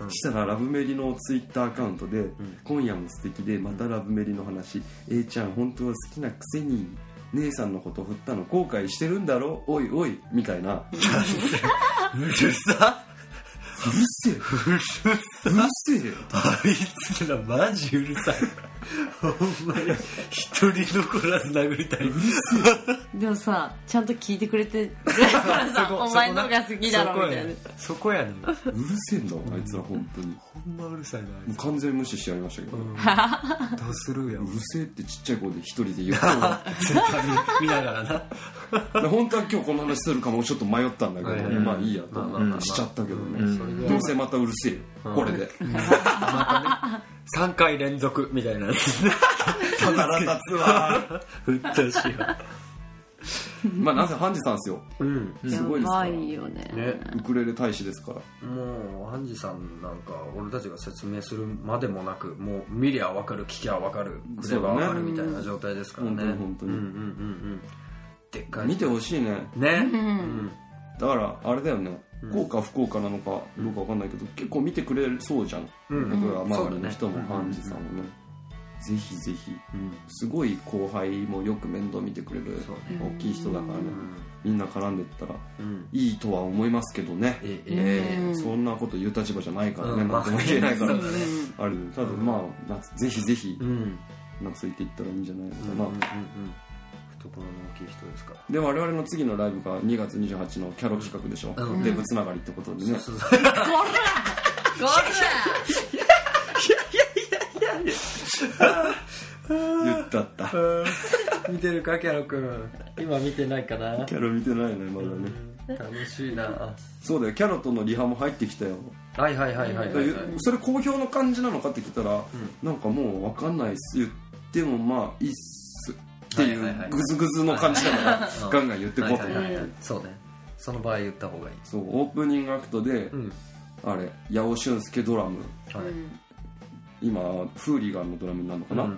Speaker 4: うん
Speaker 2: したらラブメリのツイッターアカウントで、今夜も素敵でまたラブメリの話、A ちゃん本当は好きなくせに姉さんのこと振ったの後悔してるんだろおいおいみたいな
Speaker 3: うるさ
Speaker 2: うるせえうるせえ
Speaker 3: あいつらマジうるさいほんまに一人残らず殴りたい
Speaker 4: でもさちゃんと聞いてくれてるからさお前のが好きだろみたいな
Speaker 3: そこやねん
Speaker 2: うるせえんだわあいつら本当にも
Speaker 3: ほんまうるさいなあいう
Speaker 2: 完全無視しちゃいましたけど、う
Speaker 3: つどうするやん
Speaker 2: るせえってちっちゃい声で一人で言ったのが
Speaker 3: 見ながらな
Speaker 2: で本当は今日この話するかもちょっと迷ったんだけど、
Speaker 3: はいはいはい
Speaker 2: まあいいやと思って
Speaker 1: まあまあまあ
Speaker 2: しちゃったけどね、
Speaker 1: ん
Speaker 3: それぐらい
Speaker 2: どうせまたうるせえよ、これで
Speaker 3: またね3回連続みたいな
Speaker 2: 腹立つわ
Speaker 3: うっとうしいわ
Speaker 2: まあなんせハンジさんですよ
Speaker 3: うん
Speaker 2: すごいです
Speaker 4: や
Speaker 2: か
Speaker 4: ば
Speaker 2: ら
Speaker 4: いよね
Speaker 3: ね
Speaker 2: ウクレレ大使ですから
Speaker 3: もうハンジさんなんか俺たちが説明するまでもなくもう見りゃ分かる聞きゃ分かるくれば分かるみたいな状態ですからね
Speaker 2: そうだね本当に
Speaker 3: うんうんうんうんでっかい
Speaker 2: 見てほしいね
Speaker 3: ね
Speaker 4: うん
Speaker 2: だからあれだよね効果不効果なのかどうかわかんないけど結構見てくれそうじゃん
Speaker 3: うん
Speaker 2: 僕ら周りの人
Speaker 3: そう
Speaker 2: も
Speaker 3: だね
Speaker 2: ハンジさんもねぜひぜひすごい後輩もよく面倒見てくれる
Speaker 3: そう
Speaker 2: 大きい人だからね
Speaker 3: ん
Speaker 2: みんな絡んでったら
Speaker 3: うん
Speaker 2: いいとは思いますけどね
Speaker 3: ええ
Speaker 2: ええそんなこと言う立場じゃないからね
Speaker 3: うん
Speaker 2: 何とも言えないから
Speaker 3: まあそうだね
Speaker 2: あるただまあ夏ぜひぜひ
Speaker 3: うんうん
Speaker 2: 懐いていったらいいんじゃないのか
Speaker 3: うんうん
Speaker 2: な
Speaker 3: うん懐の大きい人ですから
Speaker 2: で我々の次のライブが2月28日のキャロ企画でしょ、
Speaker 3: うん
Speaker 2: デブつながりってことでね、
Speaker 3: そう
Speaker 4: ゴラゴ
Speaker 2: 言ったった
Speaker 3: そう見てるかキャロ君今見てないかな
Speaker 2: キャロ見てないねまだね
Speaker 3: 楽しいな
Speaker 2: そうだよキャロとのリハも入ってきたよ、
Speaker 3: はいはいはいはいはい、はい、
Speaker 2: それ好評の感じなのかって聞いたら、なんかもう分かんないっす言ってもまあいいっすってい
Speaker 3: はいはいは
Speaker 2: う
Speaker 3: い
Speaker 2: グズグズの感じだから
Speaker 3: うん
Speaker 2: ガンガン言ってこうと、
Speaker 3: はいはいはいはいそうねその場合言った方がいい
Speaker 2: そうオープニングアクトで、
Speaker 3: うん
Speaker 2: あれ八尾俊介ドラム
Speaker 4: ラ
Speaker 3: はい
Speaker 4: うん
Speaker 2: 今フーリガンのドラムになるのかな、
Speaker 3: う
Speaker 4: うんん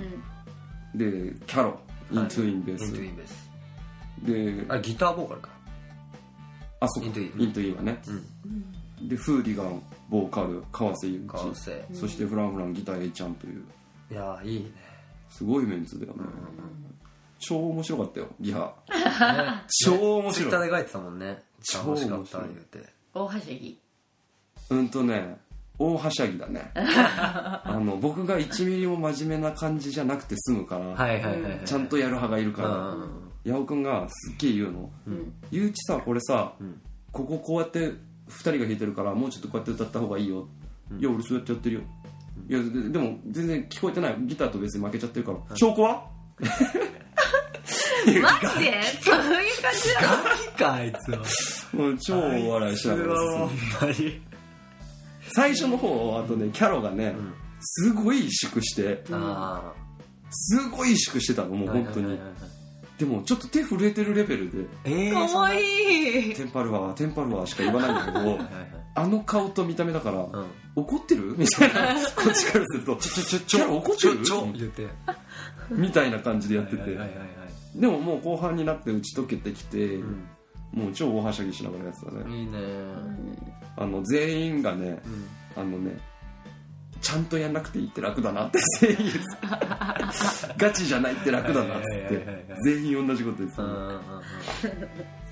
Speaker 2: でキャロイントゥインベー
Speaker 3: イン
Speaker 2: ス、
Speaker 3: トゥインベース
Speaker 2: で
Speaker 3: あギターボーカルか
Speaker 2: あそこ
Speaker 3: イントゥイン
Speaker 2: イントゥインはね
Speaker 3: うん
Speaker 2: でフーリガンボーカル川瀬裕
Speaker 3: 完
Speaker 2: 一
Speaker 3: 成
Speaker 2: そしてフランフランギター A ちゃんという
Speaker 3: いやーいい ね
Speaker 2: すごいメンツだよね、超面白かったよリハ
Speaker 3: ね
Speaker 2: 超面
Speaker 3: ツイ
Speaker 2: 白
Speaker 3: ッタ
Speaker 2: い、
Speaker 3: ーで書いてたもんね
Speaker 2: 超
Speaker 3: 楽しかった言うて
Speaker 4: 大はしゃぎ
Speaker 2: うんとね大はしゃぎだ ねあの僕が1ミリも真面目な感じじゃなくて済むから、
Speaker 3: はいはいはいはい
Speaker 2: ちゃんとやる派がいる
Speaker 3: う
Speaker 2: か
Speaker 3: んう
Speaker 2: ら、
Speaker 3: んうん
Speaker 2: 八尾君がすっげえ言うの
Speaker 4: うん
Speaker 2: 「ゆういちさこれさ、
Speaker 3: ん
Speaker 2: こここうやって2人が弾いてるからもうちょっとこうやって歌った方がいいよ」いや俺そうやってやってるよ」いやででも全然聞こえてないギターとベースに負けちゃってるから、証拠は
Speaker 4: マジで そういう感じなの
Speaker 3: かあいつは
Speaker 2: もう 超お笑いしなが
Speaker 3: ほ
Speaker 2: ら
Speaker 3: んまに
Speaker 2: 最初の方あとねキャロがね、
Speaker 3: ん
Speaker 2: すごい萎縮して
Speaker 3: あ
Speaker 2: すごい萎縮してたのもう
Speaker 3: あ
Speaker 2: 本当に、でもちょっと手震えてるレベルで
Speaker 3: ええー
Speaker 4: かわ
Speaker 2: 「
Speaker 4: いい
Speaker 2: テンパルワーテンパルワー」しか言わないんだけ ど
Speaker 3: はいはい
Speaker 2: あの顔と見た目だから、
Speaker 3: うん
Speaker 2: 怒ってるみたいなこっちからすると「ちょちょキャロ怒ってる?」
Speaker 3: 言って
Speaker 2: みたいな感じでやって
Speaker 3: はい
Speaker 2: て
Speaker 3: はいはいはい
Speaker 2: でももう後半になって打ち解けてきて、
Speaker 3: うん
Speaker 2: もう超大はしゃぎしながらやってたね、
Speaker 3: いいね
Speaker 2: あの全員がね
Speaker 3: うん
Speaker 2: あのねちゃんとやんなくていいって楽だな って全員言ってたガチじゃないって楽だなっつ
Speaker 3: はいはい
Speaker 2: っ
Speaker 3: はいはい
Speaker 2: て
Speaker 3: はい
Speaker 2: 全員同じこと言ってた
Speaker 3: うん
Speaker 2: の
Speaker 3: うん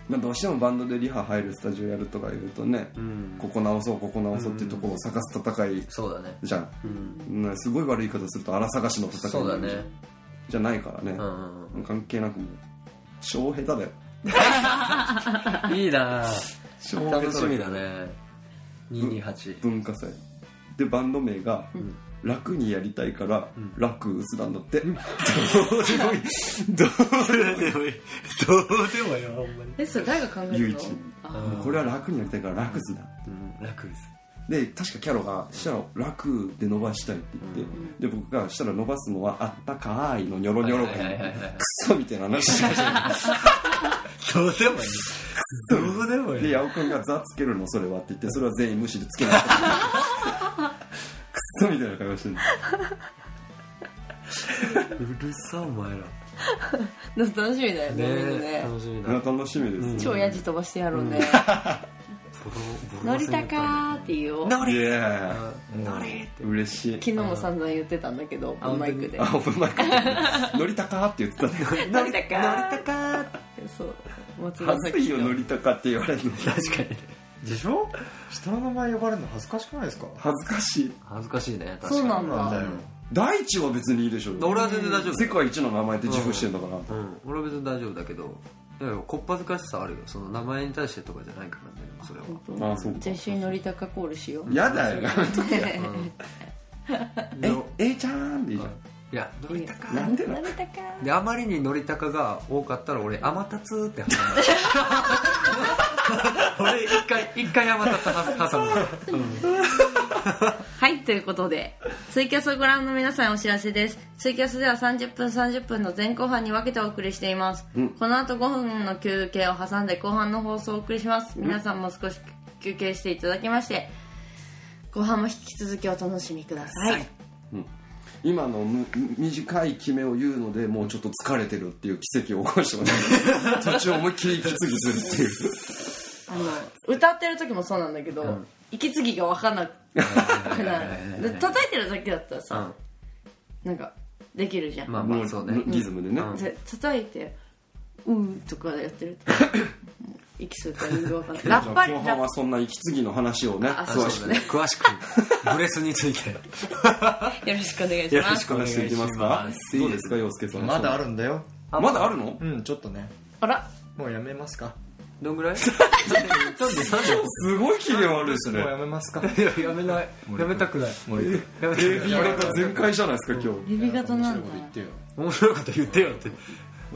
Speaker 2: まあ、どうしてもバンドでリハ入るスタジオやるとか言うとね
Speaker 3: うん
Speaker 2: ここ直そうここ直そうっていうところを探す戦い
Speaker 3: そうだね
Speaker 2: じゃん、
Speaker 3: うん
Speaker 2: うんすごい悪い言い方すると荒探しの戦い
Speaker 3: そうだね
Speaker 2: じゃないからね
Speaker 3: う、んうん
Speaker 2: 関係なくもう超下手だよ
Speaker 3: うんいい な
Speaker 2: 超下手
Speaker 3: 楽し
Speaker 2: け
Speaker 3: み
Speaker 2: ど
Speaker 3: だね228
Speaker 2: 文化祭でバンド名が
Speaker 3: ん
Speaker 2: 楽にやりたいから
Speaker 3: ん
Speaker 2: 楽うすなんだって、
Speaker 3: どうでもいい どうでもよほんまに
Speaker 4: えそれ誰が考える
Speaker 2: 唯
Speaker 4: の
Speaker 2: 一
Speaker 4: あ
Speaker 2: これは楽にやりたいから楽すだ
Speaker 3: うん楽です
Speaker 2: で確かキャロが「したら楽で伸ばしたい」って言って、で僕が「したら伸ばすのはあったかい」のニョロニョロ感、
Speaker 3: はいはいはいはい
Speaker 2: クソみたいな話し かしな
Speaker 3: どうでもいい どうでも
Speaker 2: いで
Speaker 3: い
Speaker 2: 八尾君が「ザつけるのそれは」って言ってそれは全員無視でつ けなかったクソみたいな会話してる
Speaker 3: うるさお前ら
Speaker 4: 楽しみだよねみんな
Speaker 3: ねえ
Speaker 4: ね
Speaker 3: 楽しみだ
Speaker 2: 楽しみです、
Speaker 3: うん
Speaker 4: 超親父飛ばしてやろうね
Speaker 3: ボロボロ
Speaker 4: 乗りたかーって言おう昨
Speaker 2: イエー
Speaker 3: 乗りって
Speaker 2: イ嬉しい
Speaker 4: 日も散々言ってたんだけど
Speaker 3: あ
Speaker 4: マイクで
Speaker 2: あ、オープンマイク。 乗りたかって言ってたね。
Speaker 4: 乗りたかー
Speaker 3: 乗りたかーって
Speaker 4: そう松田
Speaker 2: はずい
Speaker 4: 咲
Speaker 2: よ、乗りたかって言われるの。
Speaker 3: 確かに
Speaker 6: でしょ下の名前呼ばれるの恥ずかしくないですか
Speaker 2: 恥ずかしい。
Speaker 3: 恥ずかしいね確かに
Speaker 4: そうなん
Speaker 6: なんだ
Speaker 4: だ
Speaker 6: よ
Speaker 2: 大地は別にいいでしょうよ。
Speaker 3: 俺は全然大丈夫
Speaker 2: 世界一の名前って自負してんだから。
Speaker 3: うん、俺は別に大丈夫だけどいやいやこっぱずかしさあるよその名前に対してとかじゃないからねそれは
Speaker 2: ああ、そうか
Speaker 4: じゃあ一緒に乗りたかコールしよう
Speaker 2: やだよ。
Speaker 3: で
Speaker 2: え、えいちゃんっていいじゃん。
Speaker 3: いや乗りたか
Speaker 2: なんでだ
Speaker 4: 乗りたか
Speaker 3: であまりに乗りたかが多かったら俺「天達」って挟む 俺一回一回天達挟む
Speaker 4: はい、ということで、ツイキャスをご覧の皆さんお知らせです。ツイキャスでは30分30分の前後半に分けてお送りしています。この後5分の休憩を挟んで後半の放送をお送りします。皆さんも少し休憩していただきまして、後半も引き続きお楽しみください。
Speaker 2: 今のむ短い決めを言うので、もうちょっと疲れてるっていう奇跡を起こしても らって、途中思いっきり息継ぎするっていう。
Speaker 4: あの、歌ってる時もそうなんだけど、息継ぎが分かんなくなる。で叩いてるだけだったらさ、なんか、できるじゃん。
Speaker 3: まあ
Speaker 2: も
Speaker 3: まあそうね
Speaker 2: う、リズムでね。
Speaker 3: うん
Speaker 4: で叩いて「うん」とかやってるともう息吸うタイミングわかんないラ
Speaker 2: じゃ
Speaker 4: ッ
Speaker 2: あ
Speaker 4: パラ
Speaker 2: 後半
Speaker 4: ッ
Speaker 2: はそんな息継ぎの話をね、
Speaker 4: あ
Speaker 2: 詳し
Speaker 3: そ
Speaker 2: く
Speaker 3: うだね詳しくブレスについて
Speaker 4: パよろしくお願いし
Speaker 3: よろ
Speaker 4: ま
Speaker 3: し
Speaker 4: す
Speaker 3: くお願
Speaker 2: 話
Speaker 3: い
Speaker 2: していき
Speaker 3: し
Speaker 2: ます
Speaker 3: ま
Speaker 2: か
Speaker 3: す
Speaker 2: どうですか、洋介さん。
Speaker 6: まだあるんだよ
Speaker 2: あまだあるの
Speaker 6: うんちょっとね
Speaker 4: あら
Speaker 6: もうやめますか
Speaker 3: どんぐらいなんでなんです
Speaker 2: ごい切れ悪いです
Speaker 6: もう
Speaker 2: ね
Speaker 6: やめますか
Speaker 3: いややめないやめたくない
Speaker 6: もう行く
Speaker 3: やめたく
Speaker 2: AB
Speaker 3: ない
Speaker 2: 型全開じゃないですか今日
Speaker 4: 指型なんだ
Speaker 6: こと言ってよ
Speaker 3: 面白いこと言ってよって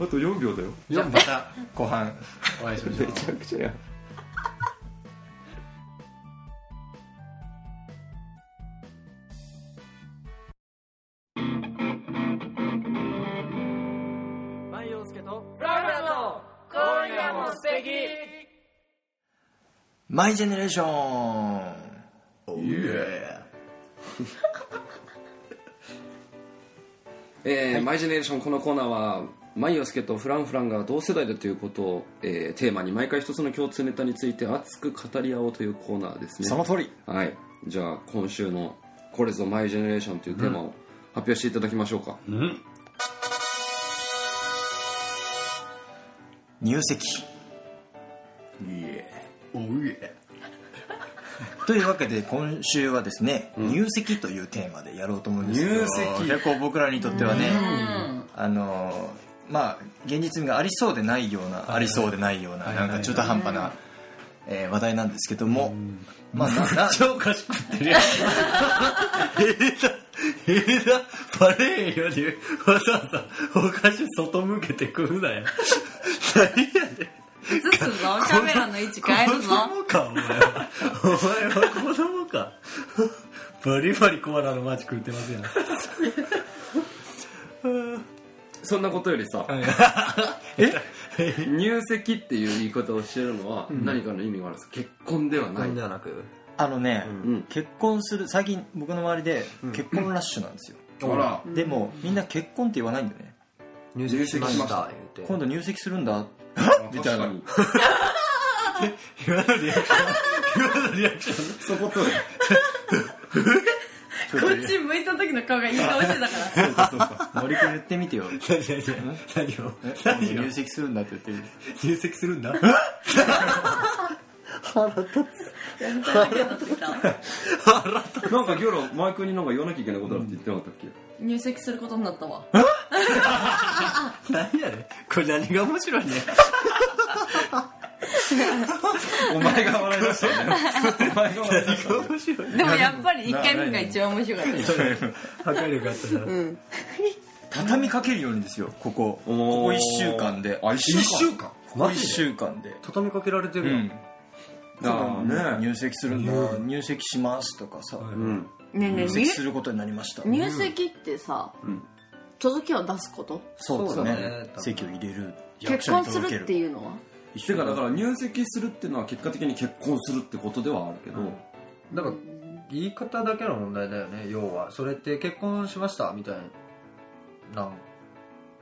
Speaker 2: あと4秒だよ
Speaker 3: じゃあまた
Speaker 6: 後半お会いしましょう
Speaker 2: めちゃくちゃや
Speaker 5: 万葉介とフラフラの今夜も素敵
Speaker 1: マイジェネレーション
Speaker 2: えーマイジェネレーションこのコーナーはマイヨスケとフランフランが同世代だということを、えーテーマに毎回一つの共通ネタについて熱く語り合おうというコーナーですね
Speaker 6: その通り
Speaker 2: はいじゃあ今週の「これぞマイジェネレーション」というテーマを発表していただきましょうか、
Speaker 1: 入籍というわけで今週はですね、入籍というテーマでやろうと思うんですけど
Speaker 2: 入籍
Speaker 1: 結構僕らにとってはね、あのまあ現実味がありそうでないようなありそうでないようななんか中途半端な、えー話題なんですけども、まあなな
Speaker 3: 超賢くってるやん。ええだ、バレへんようにわざわざお菓子外向けてくるなよ。
Speaker 4: 映すぞカメラの位置変えるぞ
Speaker 3: 子供か、お前は。お前は子供か。 バリバリコアラのマーチ食ってますやん。
Speaker 2: そんなことよりさ入籍っていう言い方をしてるのは何かの意味があるんですか、結婚ではない
Speaker 3: はなく、
Speaker 1: あのね、
Speaker 2: うん
Speaker 1: 結婚する最近僕の周りで結婚ラッシュなんですよ、
Speaker 2: ほら
Speaker 1: でもみんな結婚って言わないんだよね
Speaker 3: 入
Speaker 2: 籍しました
Speaker 3: 言う
Speaker 1: 今度入籍するんだみたいな
Speaker 2: 確か
Speaker 3: 今のリアクション、今のリアクション。
Speaker 1: そこと
Speaker 4: こっち向いた時の顔がいい顔してたから
Speaker 1: 森君言ってみてよ
Speaker 3: 何 何何何を
Speaker 1: え
Speaker 3: 何を
Speaker 1: 入籍するんだって言ってみて
Speaker 3: 入籍するんだ
Speaker 2: になんかギョロマイクになんか言わなきゃいけないことあるって言ってなかったっけ、
Speaker 4: 入籍することになったわ
Speaker 3: 何やねこれ何が面白いね
Speaker 2: お前が笑い出したよねお前が笑い出した
Speaker 3: 面白い
Speaker 4: でもやっぱり1回目が一番面白かったです
Speaker 3: 破壊力あったな
Speaker 1: 畳みかけるようにですよここここ
Speaker 2: おー
Speaker 1: 1週間で
Speaker 2: あ一週間
Speaker 1: 間ここ
Speaker 3: マ
Speaker 1: 1
Speaker 3: ジで
Speaker 1: 週間で
Speaker 3: 畳みかけられて
Speaker 1: う
Speaker 3: るやん
Speaker 1: ん
Speaker 2: ああね
Speaker 1: 入籍するんだ入籍しますとかさ
Speaker 2: うん
Speaker 4: ねえねえ
Speaker 1: 入
Speaker 4: 入
Speaker 1: 籍することになりました
Speaker 4: 入籍ってさ、
Speaker 2: ん
Speaker 4: 届けを出すこと
Speaker 1: そうです
Speaker 3: そうだね
Speaker 1: ね籍を入れる
Speaker 4: 結婚するっていうのは
Speaker 2: てかだから入籍するっていうのは結果的に結婚するってことではあるけど、
Speaker 3: だから
Speaker 6: 言い方だけの問題だよね要はそれって結婚しましたみたいな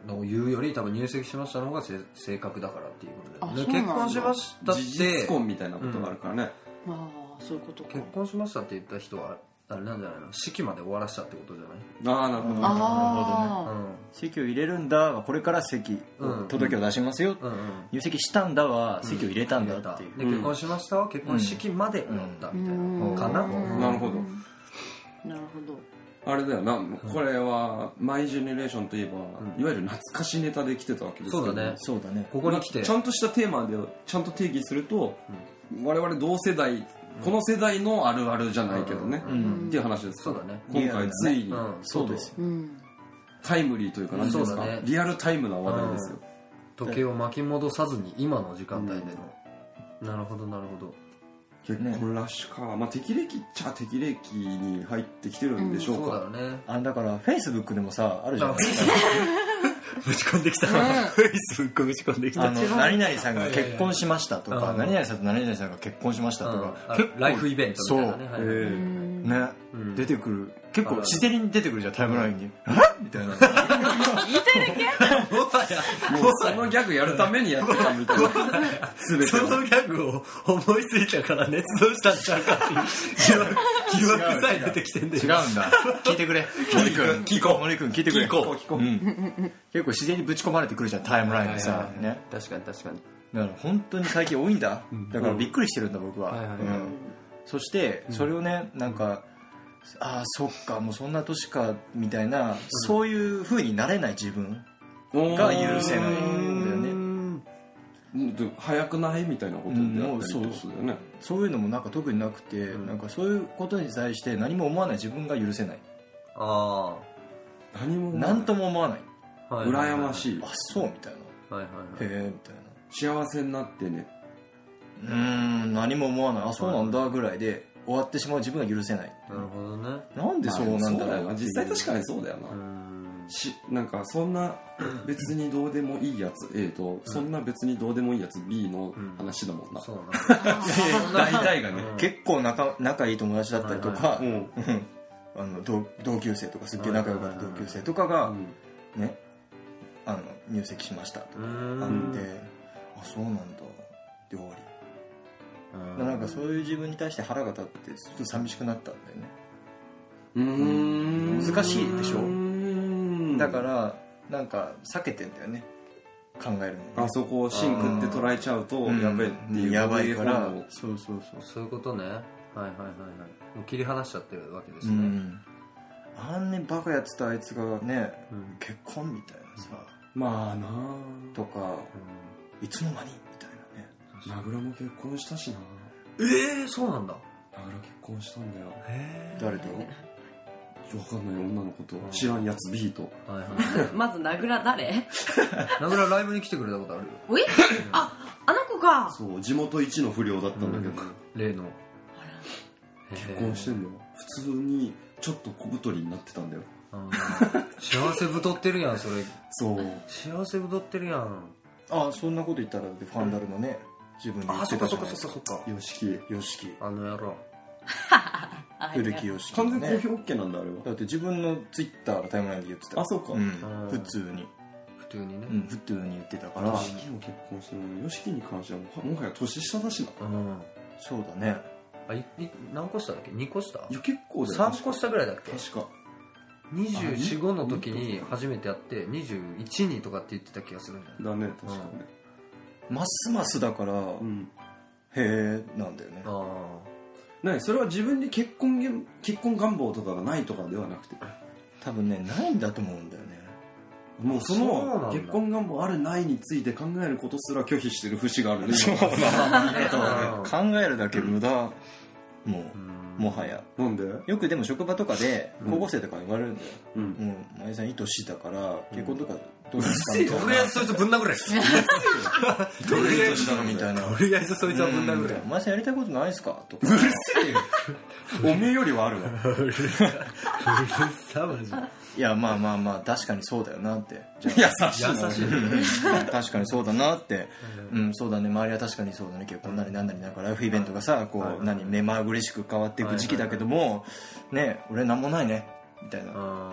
Speaker 6: のを言うより多分入籍しましたの方がせ正確だからっていうことだよね
Speaker 4: あそうなん
Speaker 6: 結
Speaker 4: だ
Speaker 6: 婚しましたっ
Speaker 2: 事実
Speaker 6: て
Speaker 2: 婚みたいなことがあるからね、
Speaker 4: ああそういうことか
Speaker 6: 結婚しましたって言った人はあれなんじゃないの式まで終わらしたってことじゃない
Speaker 2: ああなるほど、ね、
Speaker 4: あ
Speaker 1: 籍を入れるんだはこれから籍
Speaker 6: うん
Speaker 1: 届けを出しますよ
Speaker 6: うんうんうん
Speaker 1: 入籍したんだは籍を入れたんだっていう
Speaker 6: で結婚しましたは結婚式まで終わったみたいな、
Speaker 4: うん
Speaker 6: かな、
Speaker 4: うん
Speaker 2: なるほど
Speaker 4: あなるほど
Speaker 2: あれだよなこれはマイジェネレーションといえば、いわゆる懐かしネタで来てたわけですけど
Speaker 6: そうだね
Speaker 1: そうだね
Speaker 6: ここに来て
Speaker 2: ちゃんとしたテーマでちゃんと定義すると、我々同世代この世代のあるあるじゃないけどね、っていう話ですから
Speaker 6: そうだね
Speaker 2: 今回ついに、
Speaker 6: うん
Speaker 1: そうですよ
Speaker 4: うん
Speaker 2: タイムリーというか何ていうんですか、
Speaker 6: そうだね
Speaker 2: リアルタイムな話題ですよ、
Speaker 6: 時計を巻き戻さずに今の時間帯での、なるほどなるほど
Speaker 2: 結婚ラッシュか、まあ、適齢期っちゃ適齢期に入ってきてるんでしょ
Speaker 6: そうう
Speaker 2: か、
Speaker 6: だよね
Speaker 1: あだからフェイスブックでもさあるじゃん
Speaker 3: ぶち込んできたフェイスブックぶち込んでき
Speaker 1: あ
Speaker 3: た
Speaker 1: の何々さんが結婚しましたとか何々さんと何々さんが結婚しましたと
Speaker 6: うんあ
Speaker 1: か結構
Speaker 6: ライフイベントみたいなね
Speaker 1: そう
Speaker 6: はいはいはい
Speaker 1: ね出てくる結構自然に出てくるじゃんタイムラインにえみたいな
Speaker 2: もうそのギャグやるためにやって たみたいな全て
Speaker 3: そ
Speaker 2: は
Speaker 3: のギャグを思いついたから捏造したんちゃうかっていう疑惑疑惑さえ出てきてんで
Speaker 1: 違うんだ聞いてくれ森君聞こう森君聞いてくれ
Speaker 3: 聞こう
Speaker 1: 聞こううん結構自然にぶち込まれてくるじゃんタイムラインにさね
Speaker 3: 確かに確かに
Speaker 1: だから本当に最近多いんだだからびっくりしてるんだ僕は
Speaker 3: はいはいはい
Speaker 1: うんそしてそれをねなんかああそっかもうそんな年かみたいなそういう風になれない自分が許せないんだよね
Speaker 2: うんで早くないみたいなことであったりとかするよね、
Speaker 1: そういうのもなんか特になくて、なんかそういうことに対して何も思わない自分が許せない
Speaker 6: あ
Speaker 2: 何も
Speaker 1: 何とも思わない
Speaker 6: あ、はいはいはい
Speaker 2: 羨ましい
Speaker 1: あそうみたいな
Speaker 6: はいはい
Speaker 1: へ
Speaker 6: はい
Speaker 1: えみたいな
Speaker 2: 幸せになってね
Speaker 1: うーん何も思わないあそうなんだぐらいで終わってしまう自分が許せない
Speaker 6: なるほどね
Speaker 1: なんでそうなんだ
Speaker 2: まあ
Speaker 1: ろ
Speaker 2: よ
Speaker 1: う
Speaker 2: な実際確かにそうだよな、
Speaker 6: うーん
Speaker 2: しなんかそんな別にどうでもいいやつ A とそんな別にどうでもいいやつ B の話だもんな、
Speaker 6: そうなんだ
Speaker 2: 大体がね
Speaker 6: うん
Speaker 1: 結構仲仲いい友達だったりとか、
Speaker 2: うん
Speaker 1: うんあの同同級生とかすっげえ仲良かった同級生とか
Speaker 2: う
Speaker 1: が
Speaker 2: ん
Speaker 1: ねあの入籍しましたと
Speaker 6: うー
Speaker 1: かあっ
Speaker 6: ん
Speaker 1: てあそうなんだで終わりなんかそういう自分に対して腹が立ってちょっと寂しくなったんだよね
Speaker 2: うーん
Speaker 1: 難しいでしょ
Speaker 2: ょ
Speaker 1: だからなんか避けてんだよね考えるの
Speaker 2: あそこをシンクって捉えちゃうとやべえっていう、
Speaker 1: やばいか
Speaker 2: 方
Speaker 1: ら
Speaker 2: も
Speaker 1: そうそうそう
Speaker 6: そういうことねはいはいはいはいもう切り離しちゃってるわけです
Speaker 1: う
Speaker 6: ね、
Speaker 1: んあんねバカやってたあいつがね
Speaker 6: うん
Speaker 1: 結婚みたいなさ
Speaker 2: まあな
Speaker 1: とかいつの間にみたいなね
Speaker 2: あ名倉も結婚したしな
Speaker 6: ええそうなんだ
Speaker 2: 名倉結婚したんだよ
Speaker 1: 誰と
Speaker 2: わかんない女の子と知らんやつ B と
Speaker 6: はいはい
Speaker 4: まず、名倉誰
Speaker 6: 名倉ライブに来てくれたことあるよ
Speaker 4: おいあ、あの子か
Speaker 2: そう地元一の不良だったんだけど、
Speaker 6: 例の
Speaker 2: 結婚してんのよ普通にちょっと小太りになってたんだよ
Speaker 6: あー幸せ太ってるやんそれ
Speaker 2: そう
Speaker 6: 幸せ太ってるやん
Speaker 1: あそんなこと言ったらでファンダルのね自分で言ってたじゃないですか
Speaker 6: っか
Speaker 2: よしき
Speaker 1: よしき
Speaker 6: あの野郎
Speaker 4: あ
Speaker 1: 古きよしき
Speaker 2: 完全公
Speaker 1: ね
Speaker 2: 表 OK なんだあれは
Speaker 1: だって自分のツイッターのタイムラインで言ってた
Speaker 2: あそうか
Speaker 1: ん
Speaker 6: うん
Speaker 1: 普通に
Speaker 6: 普通にね
Speaker 1: うん普通に言ってたから
Speaker 2: よしきも結婚してるのによしきに関してはもはもはや年下だしな
Speaker 6: うん
Speaker 1: そうだね
Speaker 6: あいい何個下だっけ2個下
Speaker 2: いや結構だよ
Speaker 6: 3個下ぐらいだっけ
Speaker 2: 確か
Speaker 6: 245の時に初めて会って21にとかって言ってた気がするんだよね
Speaker 2: だね確かね
Speaker 1: ますますだから
Speaker 2: うん
Speaker 1: へえなんだよね
Speaker 6: あ
Speaker 2: 何それは自分に結婚げん結婚願望とかがないとかではなくて
Speaker 1: 多分ねないんだと思うんだよね
Speaker 2: もうそ
Speaker 6: そうなん
Speaker 2: の
Speaker 6: だ
Speaker 2: 結婚願望あるないについて考えることすら拒否してる節があるね
Speaker 6: あ
Speaker 1: 考えるだけ無駄もうもはや
Speaker 2: なんで
Speaker 1: よくでも職場とかで
Speaker 2: うん
Speaker 1: 高校生とか言われるんだよ
Speaker 2: うん
Speaker 1: もう前さんいい年だから結婚とかどうですか
Speaker 6: と
Speaker 1: みたいな
Speaker 6: りあえずそいつぶん殴れ
Speaker 1: どういう年だろみたいな
Speaker 6: とりあえずそいつはぶん殴れ
Speaker 1: お前さんやりたいことないんすかとか
Speaker 2: おめえよりはあるわ
Speaker 6: さマジ
Speaker 1: いやまあまあまあ確かにそうだよなって優し
Speaker 6: 優しい
Speaker 1: 確かにそうだなってうんそうだね周りは確かにそうだね結婚なりなんなりなんかライフイベントがさこう何目まぐるしく変わっていく時期だけどもね俺なんもないねみたいなね
Speaker 6: あ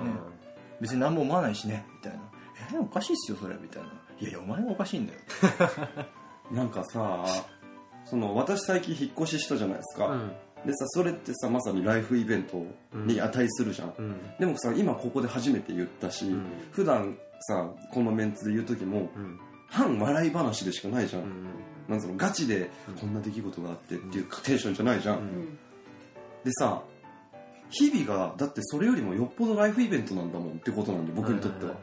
Speaker 1: 別に何も思わないしねみたいなえーおかしいっすよそれみたいないやいやお前がおかしいんだよ
Speaker 2: なんかさその私最近引っ越ししたじゃないですか、
Speaker 6: あうん
Speaker 2: でさそれってさまさにライフイベントに値するじゃん、
Speaker 6: うん
Speaker 2: でもさ今ここで初めて言ったし、
Speaker 6: ん
Speaker 2: 普段さこのメンツで言う時も
Speaker 6: うん
Speaker 2: 半笑い話でしかないじゃん、
Speaker 6: うん
Speaker 2: なんつうのガチでこんな出来事があってっていうテンションじゃないじゃん、
Speaker 4: ん
Speaker 2: でさ日々がだってそれよりもよっぽどライフイベントなんだもんってことなんで僕にとっては、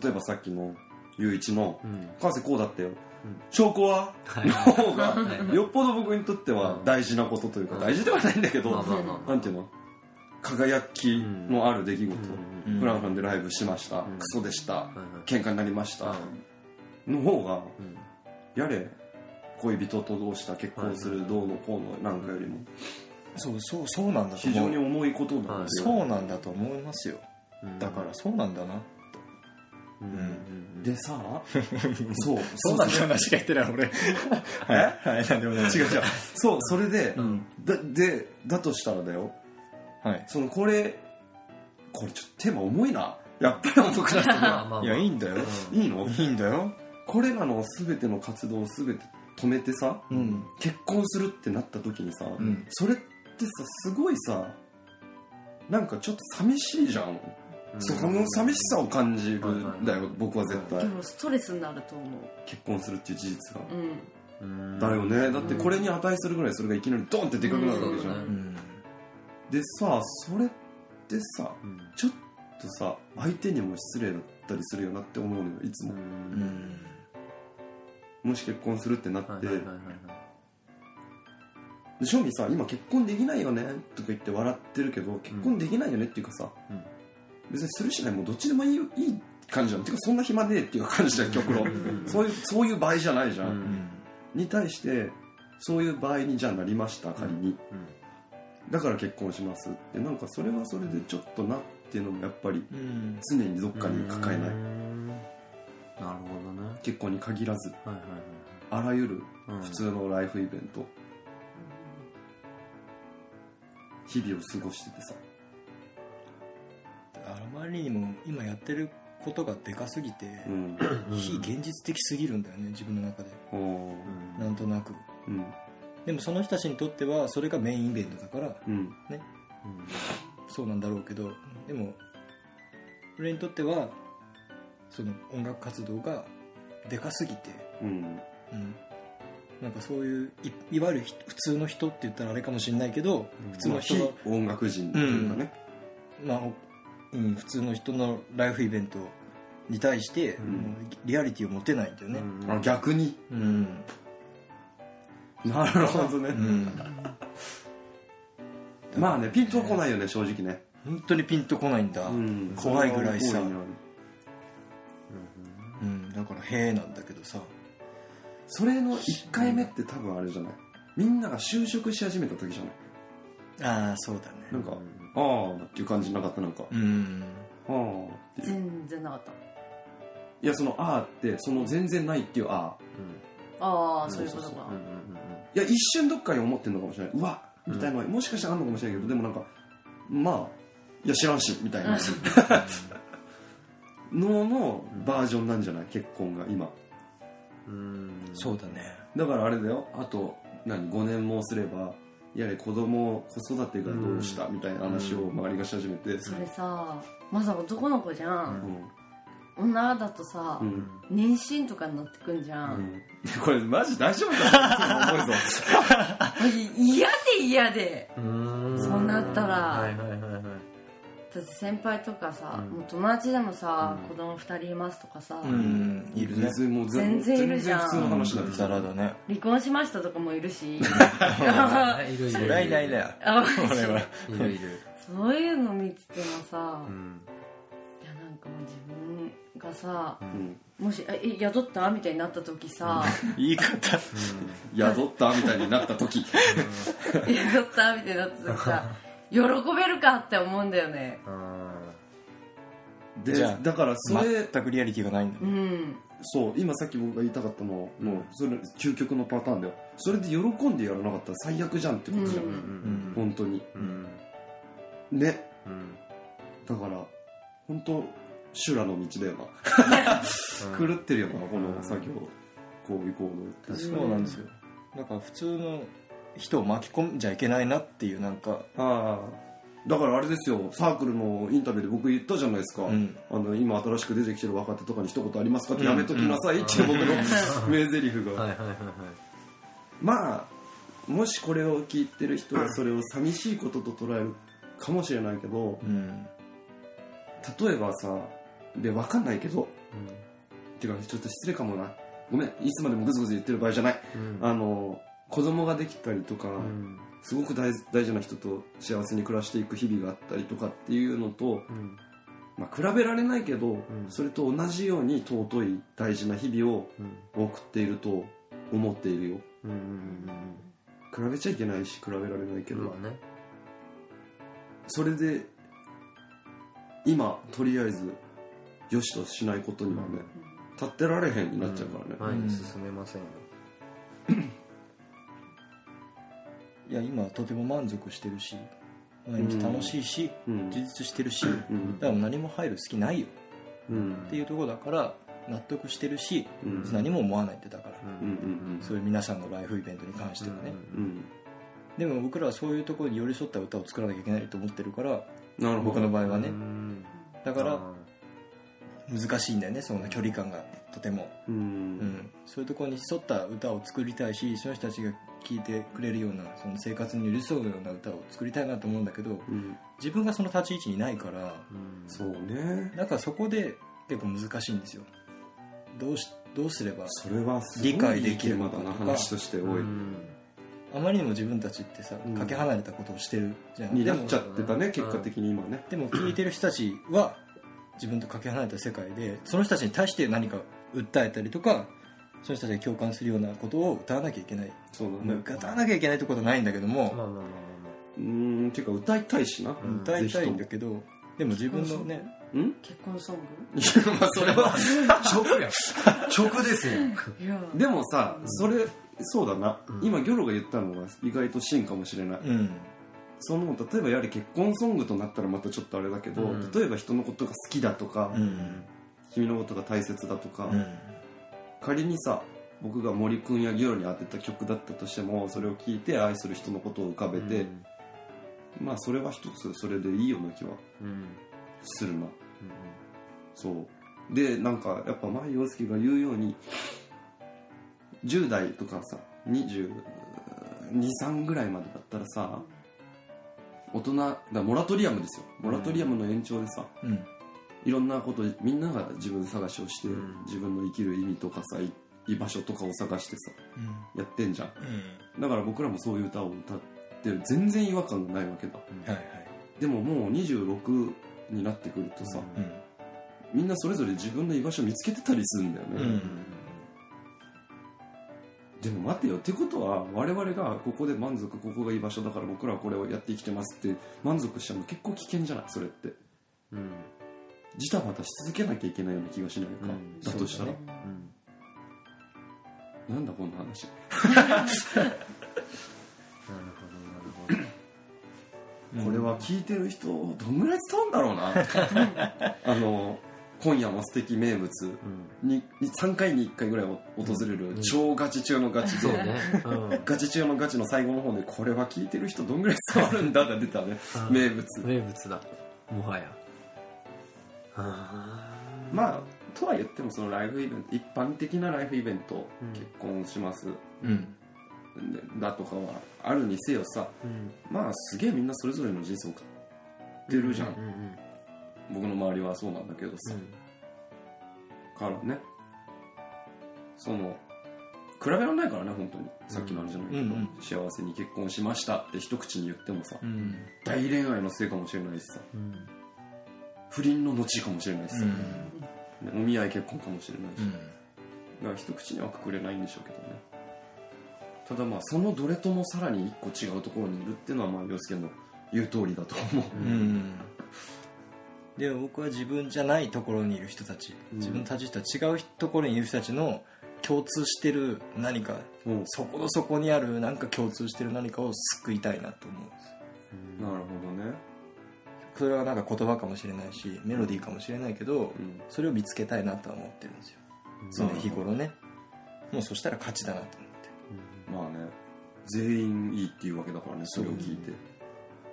Speaker 2: 例えばさっきのゆういちの
Speaker 6: うん
Speaker 2: 「川瀬こうだったよ、証拠は?」の方 がよっぽど僕にとっては大事なことというか
Speaker 6: うん
Speaker 2: 大事ではないんだけど、
Speaker 6: まあまあまあまあ
Speaker 2: なんていうの輝きのある出来事、フランフランでライブしました、
Speaker 6: ん
Speaker 2: クソでした、
Speaker 6: はい
Speaker 2: 喧嘩になりました、の方が、やれ恋人とどうした結婚するどうのこうのなんかよりも
Speaker 1: そうそうそうなんだと
Speaker 2: 非
Speaker 1: 思
Speaker 2: 常に
Speaker 1: う
Speaker 2: 重いことなんですよ、
Speaker 1: そうなんだと思いますよ
Speaker 6: うん
Speaker 1: だからそうなんだな
Speaker 2: うんでさそう
Speaker 1: そうなんだなしか言ってない俺 はいはいなんでもない
Speaker 2: 違う違うそうそれで、
Speaker 1: ん
Speaker 2: だでだとしたらだよ
Speaker 1: はい
Speaker 2: そのこれこれちょっとテーマ重いなやっぱり重くなった
Speaker 6: まあ
Speaker 2: な
Speaker 6: まあ
Speaker 1: いやいいんだよ
Speaker 2: いいの
Speaker 1: いいんだよ
Speaker 2: これらの全ての活動を全て止めてさ
Speaker 1: うん
Speaker 2: 結婚するってなった時にさ、
Speaker 1: ん
Speaker 2: それってさすごいさなんかちょっと寂しいじゃん、そその寂しさを感じるんだよ、僕は絶対、
Speaker 4: でも、ストレスになると思う。
Speaker 2: 結婚するっていう事実が、
Speaker 4: うん。
Speaker 6: うん
Speaker 2: だよねだってこれに値するぐらいそれがいきなりドンってでかくなるわけじゃん、
Speaker 6: うんそうだね
Speaker 1: うん
Speaker 2: でさそれってさ
Speaker 6: うん
Speaker 2: ちょっとさ相手にも失礼だったりするよなって思うのよいつも、
Speaker 1: うん
Speaker 2: もし結婚するってなって、
Speaker 6: はいはいはいはいはい
Speaker 2: で正味さ今結婚できないよねとか言って笑ってるけど結婚できないよねっていうかさ、
Speaker 6: うん
Speaker 2: 別にするしないもうどっちでもいいよいい感じじゃんていうかそんな暇ねえっていう感じじゃん極論そういうそういう場合じゃないじゃん、
Speaker 6: う
Speaker 1: うんん
Speaker 2: に対してそういう場合にじゃあなりました仮に、だから結婚しますってなんかそれはそれでちょっとなっていうのもやっぱり
Speaker 1: うん
Speaker 2: 常にどっかに抱えない、
Speaker 6: うんなるほどね
Speaker 2: 結婚に限らず
Speaker 6: はいはい
Speaker 2: あらゆる
Speaker 6: はいうん
Speaker 2: 普通のライフイベント、日々を過ごしててさ
Speaker 1: あまりにも今やってることがでかすぎて、
Speaker 2: うん
Speaker 1: 非現実的すぎるんだよね自分の中で
Speaker 2: おー
Speaker 1: なんとなく
Speaker 2: うん
Speaker 1: でもその人たちにとってはそれがメインイベントだから
Speaker 2: うん
Speaker 1: そうなんだろうけどでも俺にとってはその音楽活動がでかすぎて、
Speaker 2: うん
Speaker 1: うん、なんかそういういいわゆるひ普通の人って言ったらあれかもしれないけど普通
Speaker 2: ま
Speaker 1: の
Speaker 2: あ
Speaker 1: 人
Speaker 2: 非
Speaker 1: の、
Speaker 2: 音楽人というかね、
Speaker 1: まあおうん、普通の人のライフイベントに対して、もうリアリティを持てないんだよね
Speaker 6: うん
Speaker 2: あ逆に
Speaker 1: うん、
Speaker 2: なるほどね、
Speaker 1: うん、
Speaker 2: まあねピンとこないよね正直ね、
Speaker 1: 本当にピンとこないんだ、
Speaker 2: うん
Speaker 1: 怖いぐらいさ
Speaker 2: それは大にある
Speaker 1: うん、だから「へえ」なんだけどさ
Speaker 2: それの1回目って多分あれじゃないみんなが就職し始めた時じゃない
Speaker 1: ああそうだね
Speaker 2: なんか、ああっていう感じなかったなんか、
Speaker 1: うん
Speaker 2: ああっていう
Speaker 4: 全然なかった
Speaker 2: いやそのああってその全然ないっていうああ
Speaker 4: ああそういうことか
Speaker 6: うんうん
Speaker 2: いや一瞬どっかに思ってんのかもしれないうわみたいなのもしかしたらあんのかもしれないけどでもなんかまあいや知らんしみたいな ののバージョンなんじゃない結婚が今
Speaker 6: うんうん
Speaker 1: そうだね
Speaker 2: だからあれだよあと何5年もすればやれ子供子育てがどうしたみたいな話を周りがし始めて
Speaker 4: それさまさ男の子じゃ、
Speaker 2: うんん
Speaker 4: 女だとさ、
Speaker 2: うん
Speaker 4: 妊娠とかになってくんじゃ、
Speaker 2: うんん これマジ大丈夫 かなって思うぞ
Speaker 4: 嫌で嫌で
Speaker 6: うん
Speaker 4: そうなったら
Speaker 6: はいはいはいはい
Speaker 4: だって先輩とかさ、
Speaker 6: うん
Speaker 4: もう友達でもさ、子供2人いますとかさ、
Speaker 1: うんいるね
Speaker 2: 全然もう
Speaker 4: 全然いるじゃ
Speaker 2: 全然
Speaker 4: ん
Speaker 2: 普通の話になってき
Speaker 1: ザ
Speaker 2: た
Speaker 1: ラだね
Speaker 4: 離婚しましたとかもいる し
Speaker 6: あいるいる
Speaker 1: いないいないだよ
Speaker 4: あ
Speaker 1: 俺は
Speaker 6: いるいる
Speaker 4: そういうの見ててもさ、
Speaker 6: うん
Speaker 4: いやなんかもう自分がさ
Speaker 2: うん
Speaker 4: もしええ雇ったみたいになった時さ
Speaker 1: 言い方
Speaker 2: 宿ったみたいになっ た時
Speaker 4: 雇ったみたいになった時 さ喜べるかって思うんだよね
Speaker 6: うん
Speaker 2: で
Speaker 1: じゃあ
Speaker 2: だからそれ
Speaker 1: 全くリアリティがないんだ
Speaker 4: う
Speaker 1: ね
Speaker 4: ん
Speaker 2: そう今さっき僕が言いたかったのはもうそれ究極のパターンだよそれで喜んでやらなかったら最悪じゃんってことじゃん、
Speaker 4: うん
Speaker 6: うん
Speaker 2: 本当に
Speaker 6: うん
Speaker 2: ね
Speaker 6: うん
Speaker 2: だから本当修羅の道だよな狂ってるよなこの作業こういこうの
Speaker 1: そうなんですよだから普通の人を巻き込んじゃいけないなっていうなんか
Speaker 2: ああだからあれですよサークルのインタビューで僕言ったじゃないですか、
Speaker 1: うん
Speaker 2: あの今新しく出てきてる若手とかに一言ありますかってやめときなさいっていう僕の 名台詞が、
Speaker 6: はいはいはいはい
Speaker 2: まあもしこれを聞いてる人はそれを寂しいことと捉えるかもしれないけど
Speaker 1: うん
Speaker 2: 例えばさで分かんないけど
Speaker 6: うん
Speaker 2: てかちょっと失礼かもなごめんいつまでもグズグズ言ってる場合じゃないあの子供ができたりとか、
Speaker 6: うん
Speaker 2: すごく大大事な人と幸せに暮らしていく日々があったりとかっていうのと、
Speaker 6: うん
Speaker 2: まあ、比べられないけど、
Speaker 6: ん
Speaker 2: それと同じように尊い大事な日々を
Speaker 6: うん
Speaker 2: 送っていると思っているよ
Speaker 6: うんうん
Speaker 2: 比べちゃいけないし比べられないけ
Speaker 6: う
Speaker 2: ど、
Speaker 6: んまあね
Speaker 2: それで今とりあえずよしとしないことにはね立ってられへんになっちゃうからね、
Speaker 6: 前に進めませんよ
Speaker 1: いや今とても満足してるし毎日楽しいし
Speaker 2: うん
Speaker 1: 充実してるし
Speaker 2: うん
Speaker 1: だから何も入る隙ないよ
Speaker 2: うん
Speaker 1: っていうところだから納得してるし
Speaker 2: うん
Speaker 1: 何も思わないってだから
Speaker 2: うんうん
Speaker 1: そういう皆さんのライフイベントに関してはね
Speaker 2: うんうん
Speaker 1: でも僕らはそういうところに寄り添った歌を作らなきゃいけないと思ってるから
Speaker 2: なるほ
Speaker 1: 僕
Speaker 2: ど
Speaker 1: の場合はね
Speaker 6: うん
Speaker 1: だから難しいんだよねその距離感がとても、
Speaker 2: う
Speaker 1: うんん、そういうところに沿った歌を作りたいしその人たちが聴いてくれるようなその生活に寄り添うような歌を作りたいなと思うんだけど
Speaker 2: うん、
Speaker 1: 自分がその立ち位置にないから
Speaker 2: そうね
Speaker 1: だからそこで結構難しいんですよどうしどうすれば
Speaker 2: それはすごい
Speaker 1: 理解できる
Speaker 2: いい
Speaker 1: の
Speaker 2: テ
Speaker 1: か
Speaker 2: ー
Speaker 1: と
Speaker 2: マ
Speaker 1: か
Speaker 2: だな話として多い、
Speaker 1: あまりにも自分たちってさ、
Speaker 2: ん
Speaker 1: かけ離れたことをしてるじゃん
Speaker 2: に
Speaker 1: で
Speaker 2: な
Speaker 1: も
Speaker 2: っちゃってたね結果的に今ね
Speaker 1: でも聞いてる人たちは自分とかけ離れた世界でその人たちに対して何か訴えたりとかその人たちが共感するようなことを歌わなきゃいけない、
Speaker 2: そうだ
Speaker 1: まあ
Speaker 2: ね
Speaker 1: 歌わなきゃいけないってことはないんだけども、
Speaker 2: うーんっていうか歌いたいしな、
Speaker 1: 歌いたいんだけどでも自分のね
Speaker 2: うん
Speaker 4: 結婚ソン
Speaker 2: いやまあそれは
Speaker 3: 直や直ですよ
Speaker 4: グいや
Speaker 2: でもさそれそうだな、今ギョロが言ったのが意外と真かもしれない、
Speaker 1: うん
Speaker 2: その例えばやはり結婚ソングとなったらまたちょっとあれだけど、
Speaker 3: うん
Speaker 2: 例えば人のことが好きだとか、
Speaker 1: うん
Speaker 2: 君のことが大切だとか、
Speaker 1: うん
Speaker 2: 仮にさ僕が森君やギョロに当てた曲だったとしてもそれを聴いて愛する人のことを浮かべて、まあそれは一つそれでいいような気はするな、そうでなんかやっぱ前陽介が言うように10代とかさ223ぐらいまでだったらさ大人だからモラトリアムですよモラトリアムの延長でさ、
Speaker 1: うん
Speaker 2: いろんなことみんなが自分探しをして、
Speaker 3: ん
Speaker 2: 自分の生きる意味とかさい居場所とかを探してさ
Speaker 1: うん
Speaker 2: やってんじゃんだから僕らもそういう歌を歌ってる全然違和感がないわけだ
Speaker 1: はいはい
Speaker 2: でももう26になってくるとさ、
Speaker 1: うん
Speaker 2: みんなそれぞれ自分の居場所を見つけてたりするんだよね、
Speaker 1: うん
Speaker 2: でも待てよってことは我々がここで満足ここが居場所だから僕らはこれをやって生きてますって満足しちゃうの結構危険じゃないそれってジタバタし続けなきゃいけないような気がしないか、
Speaker 3: うん
Speaker 2: だとしたら、
Speaker 1: そう
Speaker 2: なんだこんな話これは聞いてる人どんぐらい伝わるんだろう なあの今夜も素敵名物に3回に1回ぐらい訪れる超ガチ中のガチで、ガチ中のガチの最後の方でこれは聞いてる人どんぐらい伝わるんだが出たね
Speaker 3: うん
Speaker 2: 名物
Speaker 3: 名物だもはやあ
Speaker 2: まあとは言ってもそのライフイベント一般的なライフイベント、
Speaker 3: うん
Speaker 2: 結婚します
Speaker 1: うん
Speaker 2: だとかはあるにせよさまあすげえみんなそれぞれの人生を送ってるじゃん、僕の周りはそうなんだけどさ、からねその比べられないからね本当にさっきのあれじゃないけど、
Speaker 1: うんうん
Speaker 2: 幸せに結婚しましたって一口に言ってもさ、
Speaker 1: うん
Speaker 2: 大恋愛のせいかもしれないしさ不倫の後かもしれないしさ、ねお見合い結婚かもしれないし、だから一口にはくくれないんでしょうけどねただまあそのどれともさらに一個違うところにいるっていうのはまあ洋介の言う通りだと思う、
Speaker 1: うんで僕は自分じゃないところにいる人たち、自分たちとは違うところにいる人たちの共通してる何か
Speaker 2: うん
Speaker 1: そこの底にあるなんか共通してる何かを救いたいなと思うんです
Speaker 2: なるほどね、
Speaker 1: それはなんか言葉かもしれないしメロディーかもしれないけど、
Speaker 2: うん
Speaker 1: それを見つけたいなとは思ってるんですよ常日頃ねもうそしたら勝ちだなと思って
Speaker 2: まあね全員いいっていうわけだからねそれを聞いて、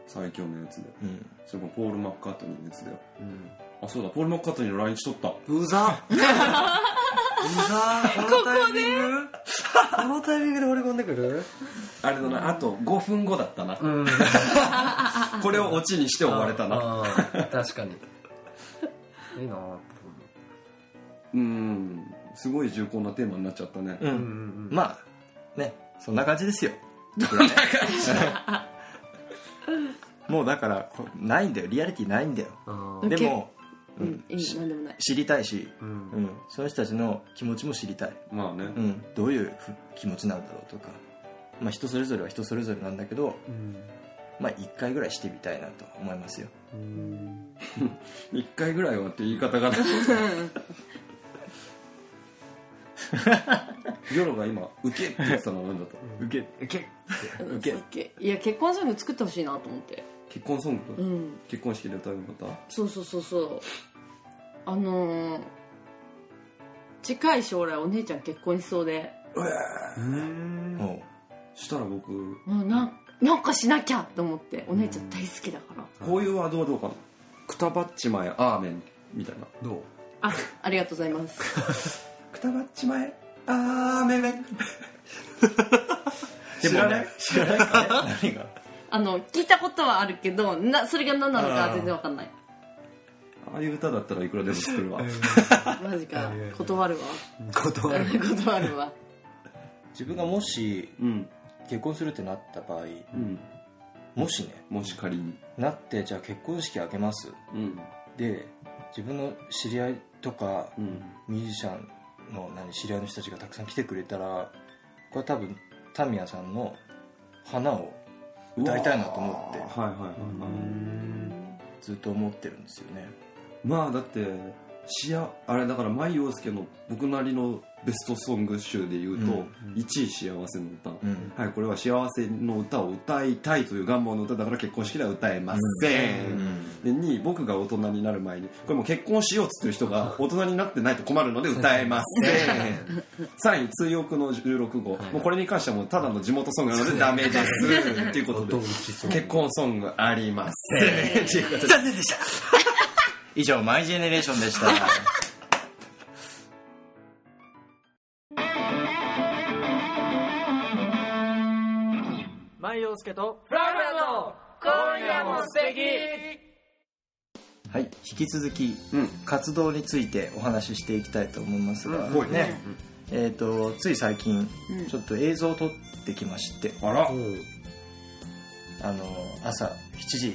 Speaker 2: 最強のやつで
Speaker 1: うん
Speaker 2: それもポール・マッカートニーのやつだよ、あそうだポール・マッカートニーの来日取った
Speaker 3: うざうざこのタイミングこのタイミングで俺込んでくる
Speaker 2: あれだなあと5分後だったな、
Speaker 3: ん
Speaker 2: これをオチにして終われたな
Speaker 3: あー確かにいいなぁ
Speaker 2: うんすごい重厚なテーマになっちゃったね、
Speaker 1: うん、
Speaker 3: うんうん
Speaker 1: まあねそんな感じですよ もうだからこないんだよリアリティないんだよ
Speaker 3: うん
Speaker 4: うん
Speaker 1: でも
Speaker 4: うんいいなんでも ない
Speaker 1: 知りたいし、
Speaker 3: うん
Speaker 1: うん、その人たちの気持ちも知りたい、
Speaker 2: まあね、
Speaker 1: うん、どういうふ気持ちなんだろうとか、まあ、人それぞれは人それぞれなんだけど、まあ、1回ぐらいしてみたいなと思いますよ
Speaker 2: 一回ぐらいはって言い方 がねギョロが今「ウケ」って言ってたのは何だった
Speaker 1: 受け
Speaker 4: うん
Speaker 1: 受け
Speaker 4: そういや結婚ソング作ってほしいなと思って
Speaker 2: 結婚ソング、
Speaker 4: うん
Speaker 2: 結婚式で歌う歌
Speaker 4: そうそうそうそうあのー、近い将来お姉ちゃん結婚しそうで
Speaker 1: も
Speaker 2: したら僕
Speaker 4: もうなんなんかしなきゃと思ってお姉ちゃん大好きだから
Speaker 2: こういうワードはどうかな「くたばっちまえアーメン」みたいな
Speaker 3: どう
Speaker 4: あありがとうございます
Speaker 2: 「くたばっちまえアーメン」
Speaker 1: 知らない
Speaker 2: 知らないか
Speaker 1: 何が
Speaker 4: あの聞いたことはあるけどなそれが何なのか全然わかんない
Speaker 2: ああいう歌だったらいくらでも作るわ
Speaker 4: マジか断るわ
Speaker 6: 断る
Speaker 4: 断るわ
Speaker 1: 自分がもし
Speaker 2: うん
Speaker 1: 結婚するってなった場合
Speaker 2: うん
Speaker 1: もしね
Speaker 2: もし仮に
Speaker 1: なってじゃあ結婚式あげます
Speaker 2: うん
Speaker 1: で自分の知り合いとか
Speaker 2: うん
Speaker 1: ミュージシャンの何知り合いの人たちがたくさん来てくれたらこれは多分タミヤさんの花を歌いたいなと思って
Speaker 2: うわーはいはいはいはい
Speaker 1: ずっと思ってるんですよね
Speaker 2: まあだってしやあれだから舞陽介の僕なりのベストソング集で言うと、
Speaker 1: うん
Speaker 2: 1位幸せの歌、
Speaker 1: うん
Speaker 2: はい、これは幸せの歌を歌いたいという願望の歌だから結婚式では歌えません、で2位僕が大人になる前にこれもう結婚しようっつってる人が大人になってないと困るので歌えません3位「追憶の16号」もうこれに関してはもうただの地元ソングなのでダメですっていうことで結婚ソングありませんっていうことで
Speaker 1: 以上マイジェネレーションでした
Speaker 5: 万葉助とフラフラの今夜も素敵
Speaker 1: はい引き続き、
Speaker 2: うん
Speaker 1: 活動についてお話ししていきたいと思いますが、
Speaker 2: うんはい
Speaker 1: ね、えー、とつい最近、
Speaker 4: うん
Speaker 1: ちょっと映像を撮ってきまして
Speaker 2: あら
Speaker 1: あの朝7時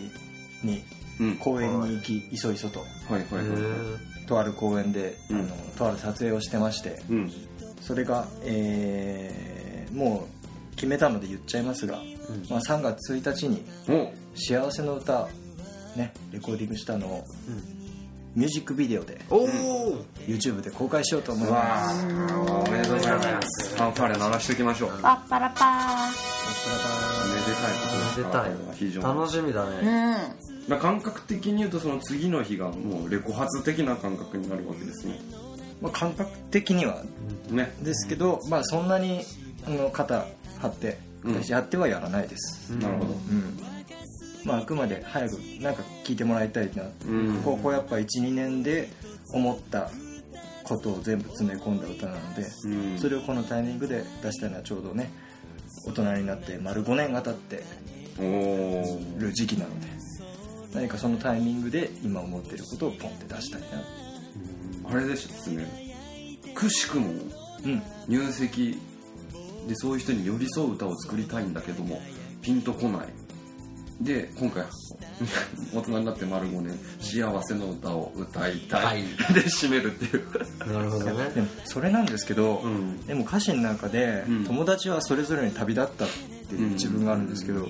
Speaker 1: に
Speaker 2: うん
Speaker 1: 公園に行き、いそいそと
Speaker 2: はいはいはい
Speaker 1: とある公園で、
Speaker 2: うん
Speaker 1: あのとある撮影をしてまして
Speaker 2: うん
Speaker 1: それが、えーもう決めたので言っちゃいますが、まあ、3月1日に
Speaker 2: お
Speaker 1: 「幸せの歌」ねレコーディングしたのを、ミュージックビデオで
Speaker 6: おお
Speaker 1: YouTube で公開しようと思います
Speaker 2: わあおめでとうございますファンファーレ鳴らしておきましょうおめで
Speaker 4: パッパラパ
Speaker 2: たいことですから
Speaker 6: おめでたい
Speaker 2: これは非常に
Speaker 6: 楽しみだ
Speaker 4: ー
Speaker 6: ね
Speaker 4: うん
Speaker 2: まあ、感覚的に言うとその次の日がもうレコ発的な感覚になるわけですね
Speaker 1: まあ、感覚的には
Speaker 2: ね
Speaker 1: ですけど、まあ、そんなにあの肩張って
Speaker 2: うん
Speaker 1: やってはやらないです、
Speaker 2: なるほど
Speaker 1: うんまあ、あくまで早くなんか聞いてもらいたいな、
Speaker 2: うん
Speaker 1: ここやっぱ12年で思ったことを全部詰め込んだ歌なので、
Speaker 2: うん
Speaker 1: それをこのタイミングで出したのはちょうどね大人になって丸5年が経って
Speaker 2: おお
Speaker 1: る時期なので何かそのタイミングで今思ってることをポンって出したいな
Speaker 2: あれですねくしくも
Speaker 1: うん
Speaker 2: 入籍でそういう人に寄り添う歌を作りたいんだけどもピンとこないで今回 大人になって丸5年幸せの歌を歌いたい、で締めるっていう
Speaker 6: なるほどね
Speaker 1: でもそれなんですけど、
Speaker 2: ん
Speaker 1: でも歌詞の中で、
Speaker 2: うん
Speaker 1: 友達はそれぞれに旅立ったっていう自分があるんですけど、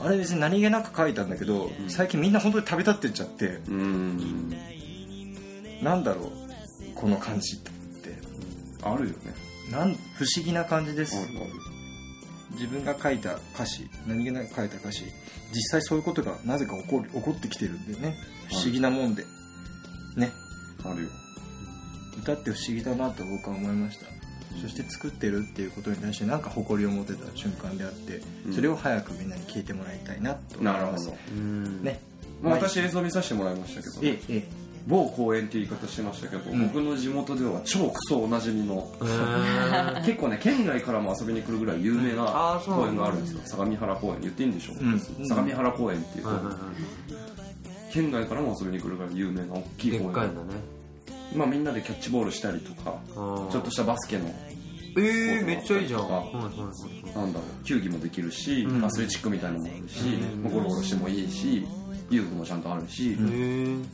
Speaker 1: あれ別に何気なく書いたんだけど、最近みんな本当に旅立ってっちゃって
Speaker 2: うん
Speaker 1: なんだろうこの感じって
Speaker 2: あるよね
Speaker 1: なん不思議な感じで
Speaker 2: ある
Speaker 1: す、自分が書いた歌詞何気なく書いた歌詞実際そういうことがなぜか起こる起こってきてるんでね不思議なもんで、ね
Speaker 2: あるあるよ
Speaker 1: 歌って不思議だなと僕は思いましたそして作ってるっていうことに対してなんか誇りを持てた瞬間であって
Speaker 2: うん
Speaker 1: それを早くみんなに聞いてもらいたいなと思い
Speaker 2: なるほ
Speaker 1: ます
Speaker 2: ど、
Speaker 6: うん
Speaker 1: ね
Speaker 2: まあ、私映像見させてもらいましたけど、
Speaker 1: えええ
Speaker 2: 某公園っていう言い方してましたけど、
Speaker 1: ん
Speaker 2: 僕の地元では超クソおなじみの
Speaker 6: へー
Speaker 2: 結構ね県外からも遊びに来るぐらい有名
Speaker 6: あ
Speaker 2: な
Speaker 6: ーそう
Speaker 2: 公
Speaker 6: なんだ
Speaker 2: 園があるんですよ相模原公園言っていいんでしょう、
Speaker 1: ん
Speaker 2: 相模原公園っていう公
Speaker 6: はいはい
Speaker 2: 園
Speaker 6: は
Speaker 2: 県外からも遊びに来るぐらい有名な大
Speaker 6: い
Speaker 2: きい
Speaker 6: で
Speaker 2: 公
Speaker 6: っ
Speaker 2: 園
Speaker 6: かいんだね
Speaker 2: まあ、みんなでキャッチボールしたりとか
Speaker 6: ちょ
Speaker 2: ちょっとしたバスケの
Speaker 6: えー、めっちゃいいじゃん、
Speaker 2: はい
Speaker 6: はいはいはい
Speaker 2: なんだろう球技もできるし、
Speaker 6: ん
Speaker 2: アスレチックみたいなのもあるし、まあゴロゴロしてもいいし遊具もちゃんとあるし、
Speaker 6: えー、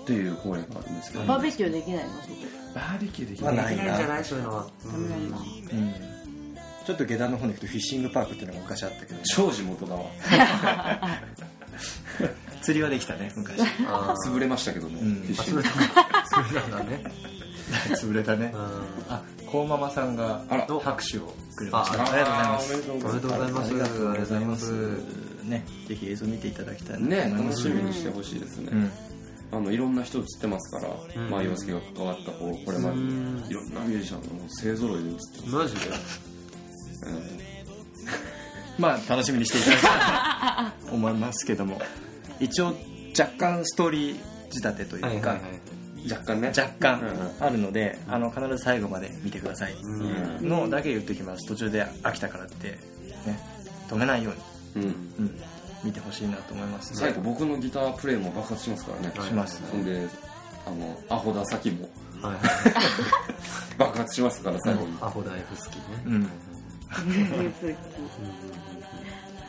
Speaker 2: っていう公園があるんですけど、
Speaker 4: バー
Speaker 2: バ
Speaker 4: ベキューできないの
Speaker 2: ーベキューでき
Speaker 1: まあな
Speaker 6: で
Speaker 1: い
Speaker 6: きないんじゃ
Speaker 1: な、
Speaker 6: ないそういうのは、
Speaker 1: うん、ちょっと下段の方に行くとフィッシングパークっていうのが昔あったけど
Speaker 2: 超地元だわ
Speaker 1: 釣りはできたね 昔
Speaker 6: あー
Speaker 2: 潰れましたけどね、
Speaker 1: うん
Speaker 2: フィッシン
Speaker 6: そ
Speaker 2: グ
Speaker 6: れそれなんだね
Speaker 1: 潰れたね
Speaker 6: うん
Speaker 1: あこうママさんが
Speaker 2: あら
Speaker 1: 拍手をくれました
Speaker 6: あ
Speaker 1: ありがとうございます
Speaker 2: おめでと
Speaker 6: おめでとうございます
Speaker 1: ありがとうござい
Speaker 6: あ
Speaker 1: ま
Speaker 6: りがとう
Speaker 1: す
Speaker 6: ござい
Speaker 1: ねぜひ映像見ていただきたいなと
Speaker 2: ね
Speaker 1: 思いま
Speaker 2: 楽
Speaker 1: す
Speaker 2: しみにしてほしいですね、
Speaker 1: うん
Speaker 2: あのいろんな人映ってますから、まあ洋介が関わったこうこれまで
Speaker 6: うん
Speaker 2: いろんなミュージシャンがもう勢ぞろいで映って
Speaker 6: マジで
Speaker 2: ますね
Speaker 1: まあ楽しみにしていただきたいと思いますけども一応若干ストーリー仕立てというか、
Speaker 6: はいはいはい
Speaker 2: 若干ね
Speaker 1: 若干
Speaker 2: うんうん
Speaker 1: あるので、あの必ず最後まで見てください、のだけ言ってきます途中で飽きたからって、ね、止めないよう
Speaker 2: うん
Speaker 1: に、うん、見てほしいなと思います
Speaker 2: 最後僕のギタープレイも爆発しますからね
Speaker 1: します
Speaker 2: ほんであのアホだ先も爆発しますから最後に
Speaker 6: アホダイフスキーね
Speaker 1: う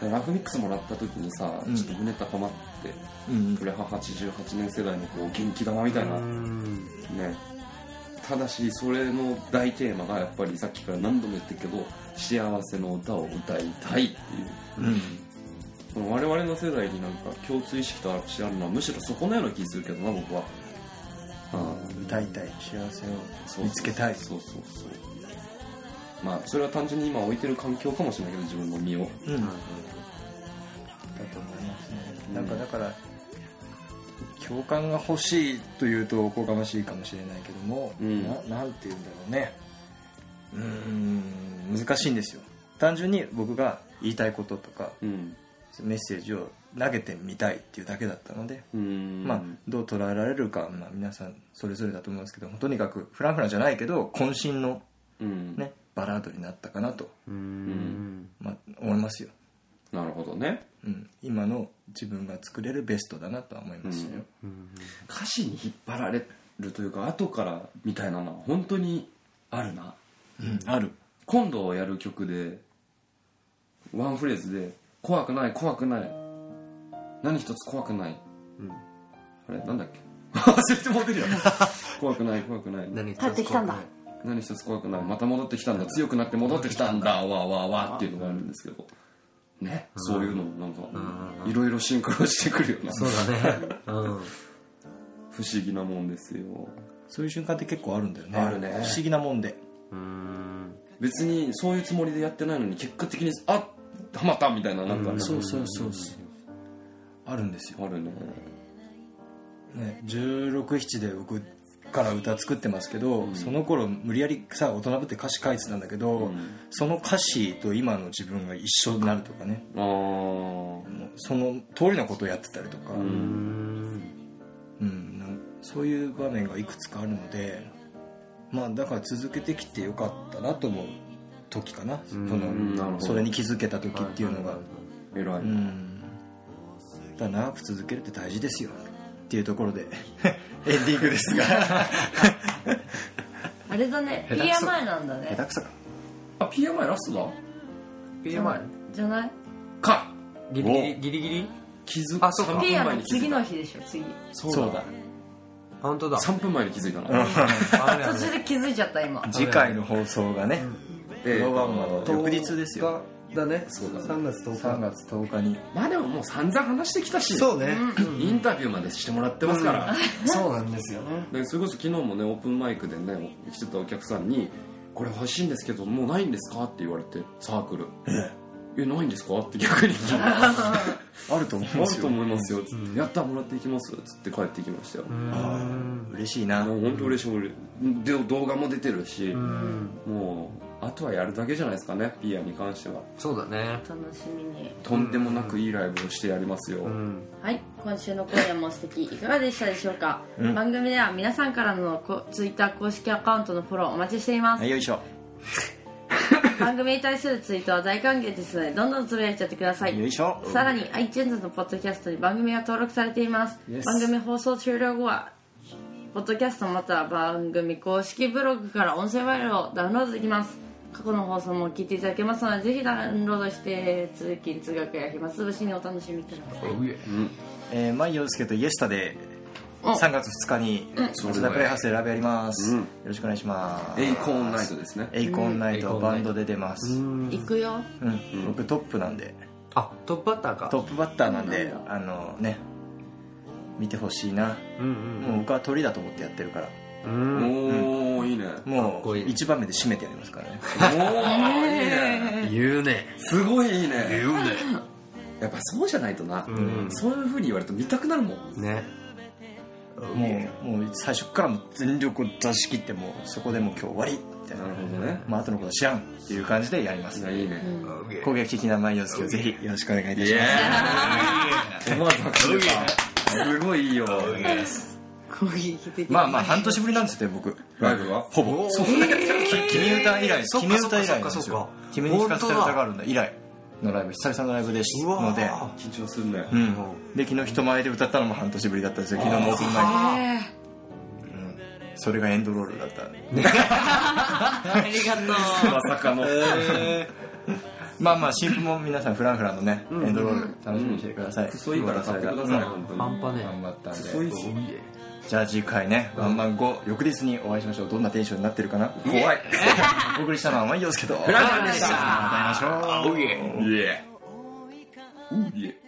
Speaker 1: ん
Speaker 2: ラフミックスもらった時にさ
Speaker 1: うん
Speaker 2: ちょっと胸高まって
Speaker 1: うん
Speaker 2: プレハ88年世代のこう元気玉みたいなねただしそれの大テーマがやっぱりさっきから何度も言ってるけど幸せの歌を歌いたいっていう
Speaker 1: うん
Speaker 2: この我々の世代になんか共通意識と知らんのはむしろそこのような気するけどな僕は
Speaker 1: 歌いたい幸せを
Speaker 2: そう
Speaker 1: 見つけたい
Speaker 2: そうそうそうまあそれは単純に今置いてる環境かもしれないけど自分の身を
Speaker 1: うん、だと思いますね、なんかだから共感が欲しいというとおこがましいかもしれないけども、
Speaker 2: うん
Speaker 1: ななんて言うんだろうねうーん難しいんですよ単純に僕が言いたいこととか
Speaker 2: うん
Speaker 1: メッセージを投げてみたいっていうだけだったので、
Speaker 2: うん
Speaker 1: まあどう捉えられるか、まあ、皆さんそれぞれだと思いますけどとにかくフランフランじゃないけど渾身の
Speaker 2: うん
Speaker 1: ねバラードになったかなと、
Speaker 2: うん
Speaker 1: まあ、思いますよ
Speaker 2: なるほどね
Speaker 1: うん、今の自分が作れるベストだなとは思いましたよ、
Speaker 2: 歌詞に引っ張られるというか後からみたいなのは本当にあるな
Speaker 1: うんある
Speaker 2: 今度やる曲でワンフレーズで「怖くない怖くない何一つ怖くない」あれなんだっけ忘れてもうてる やん怖くない怖くない
Speaker 6: 何
Speaker 4: 立ってきたんだ
Speaker 2: 何一つ怖くないまた戻ってきたんだ強くなって戻ってきたんだわーわーわーっていうのがあるんですけどねそういうのもなんかいろいろシンクロしてくるよな
Speaker 6: そうだねうん
Speaker 2: 不思議なもんですよ
Speaker 1: そういう瞬間って結構あるんだよね
Speaker 2: あるね
Speaker 1: 不思議なもんで
Speaker 2: 別にそういうつもりでやってないのに結果的にあハマったみたいななんか
Speaker 1: そうそうそうそうあるんですよ、
Speaker 2: あるね
Speaker 1: ね、167で僕から歌作ってますけど、その頃無理やりさ大人ぶって歌詞書いてたんだけど、
Speaker 2: ん
Speaker 1: その歌詞と今の自分が一緒になるとかね
Speaker 2: あー
Speaker 1: もうその通りのことをやってたりとか、う
Speaker 2: うんん
Speaker 1: なんそういう場面がいくつかあるのでまあだから続けてきてよかったなと思う時かな、その
Speaker 2: うんなるほど
Speaker 1: それに気づけた時っていうのが、
Speaker 2: 偉い
Speaker 1: うんただ長く続けるって大事ですよっていうところ でエンディングですが
Speaker 4: あれだね PMI なんだね
Speaker 1: くそか
Speaker 2: あ PMI ラスト
Speaker 6: PMI
Speaker 4: じゃない
Speaker 2: だか
Speaker 6: ギリギリギリギリ
Speaker 2: 気づ
Speaker 6: あそうか
Speaker 2: 3
Speaker 4: P
Speaker 2: 分
Speaker 4: あ
Speaker 2: 前
Speaker 4: の
Speaker 2: に気づ
Speaker 4: 次
Speaker 2: い
Speaker 4: の日でしょ次
Speaker 1: そうだ
Speaker 6: あ本当だ
Speaker 2: た3分前に気づいたな
Speaker 6: あれ
Speaker 4: 途
Speaker 6: だね
Speaker 4: 中で気づいちゃった今
Speaker 1: 次回の放送がね
Speaker 2: ええ
Speaker 1: ロバンマの翌日ですよ
Speaker 6: だね
Speaker 2: そうだね
Speaker 6: 3月10
Speaker 1: 3
Speaker 6: 日
Speaker 1: 月10日に
Speaker 2: まあでももう散々話してきたし
Speaker 6: そうね
Speaker 2: インタビューまでしてもらってますから、
Speaker 6: そうなんですよね
Speaker 2: でそれこそ昨日もねオープンマイクでね来てたお客さんに「これ欲しいんですけどもうないんですか?」って言われてサークル「えないんですか?」って逆に聞いて「あ
Speaker 1: あると思うんです
Speaker 2: ると
Speaker 1: よ
Speaker 2: 思いますよ」つって「やったもらっていきます」つって帰ってきましたよ
Speaker 1: 嬉しいな
Speaker 2: もう本当嬉しい嬉しいで動画も出てるしもうあとはやるだけじゃないですかねピアに関しては
Speaker 6: そうだね
Speaker 4: 楽しみに
Speaker 2: とんでもなくいいライブをしてやりますよ、
Speaker 4: はい今週の今夜も素敵いかがでしたでしょうか、番組では皆さんからのこツイッター公式アカウントのフォローお待ちしています、
Speaker 1: はいよいしょ
Speaker 4: 番組に対するツイートは大歓迎ですのでどんどんつぶやいちゃってください
Speaker 1: よいしょ
Speaker 4: さらに iTunes のポッドキャストに番組が登録されています、番組放送終了後はポッドキャストまたは番組公式ブログから音声ファイルをダウンロードできます過去の放送も聞いていただけますのでぜひダウンロードして通勤通学や暇つぶしにお楽しみください
Speaker 1: えー、マイヨウスケとイエスタで
Speaker 4: うん
Speaker 1: 3月2日に町田プレイハウスでライブやります、
Speaker 2: うん
Speaker 1: よろしくお願いします
Speaker 2: エイコーンナイトですね
Speaker 1: エイコンナイトバンドで出ます、
Speaker 4: 行くよ
Speaker 1: うん僕トップなんで
Speaker 6: あトップバッターか
Speaker 1: トップバッターなんであのね見てほしいな、もう僕は鳥だと思ってやってるから
Speaker 2: おおいいねお
Speaker 1: も
Speaker 6: こ
Speaker 1: う
Speaker 6: いい
Speaker 1: 一番目で締めてやりますからね
Speaker 2: おいいね
Speaker 6: 言うね
Speaker 2: すごいいいね
Speaker 6: 言うね
Speaker 2: やっぱそうじゃないとな、
Speaker 6: ん
Speaker 2: そういうふうに言われると見たくなるもん
Speaker 6: ね
Speaker 1: もうもう最初からもう全力を出し切ってもうそこでもう今日終わりみたいな、
Speaker 2: ほどね
Speaker 1: まあ後のこと知らんっていう感じでやります、
Speaker 2: いいね
Speaker 1: 攻撃的なマイヨウスケをぜひよろしくお願いいたします
Speaker 2: 思わず拍手出たすごいいいよ
Speaker 4: 攻撃的
Speaker 1: まあまあ半年ぶりなんですよ僕
Speaker 2: ライブは
Speaker 1: ほぼそう君歌以来
Speaker 6: そっか
Speaker 1: 君歌以来なん
Speaker 6: そっかそっかそ
Speaker 1: です
Speaker 6: っか
Speaker 1: よ君に聴かせた
Speaker 6: 本当
Speaker 1: 歌
Speaker 6: だ
Speaker 1: があるんだ以来のライブ久々のライブです
Speaker 6: うわ
Speaker 1: ので
Speaker 6: ー
Speaker 2: 緊張するね
Speaker 1: うんで昨日人前で歌ったのも半年ぶりだったんですよ昨日のオープン前に
Speaker 4: え
Speaker 1: それがエンドロールだった
Speaker 4: ー、ありが とう
Speaker 2: まさかの
Speaker 1: まあまあ新婦も皆さんフランフランのねエンドロール楽しみにしてください
Speaker 2: クソいいから買ってください本当に
Speaker 6: 半端ね
Speaker 1: 頑張ったんで
Speaker 2: クソいいし
Speaker 1: じゃあ次回ね、ワンマン後、翌日にお会いしましょう。どんなテンションになってるかな怖い。お送りしたのは甘いよすけど。フラン Oh,
Speaker 4: ンでした
Speaker 1: また会いましょう。
Speaker 2: いえいえ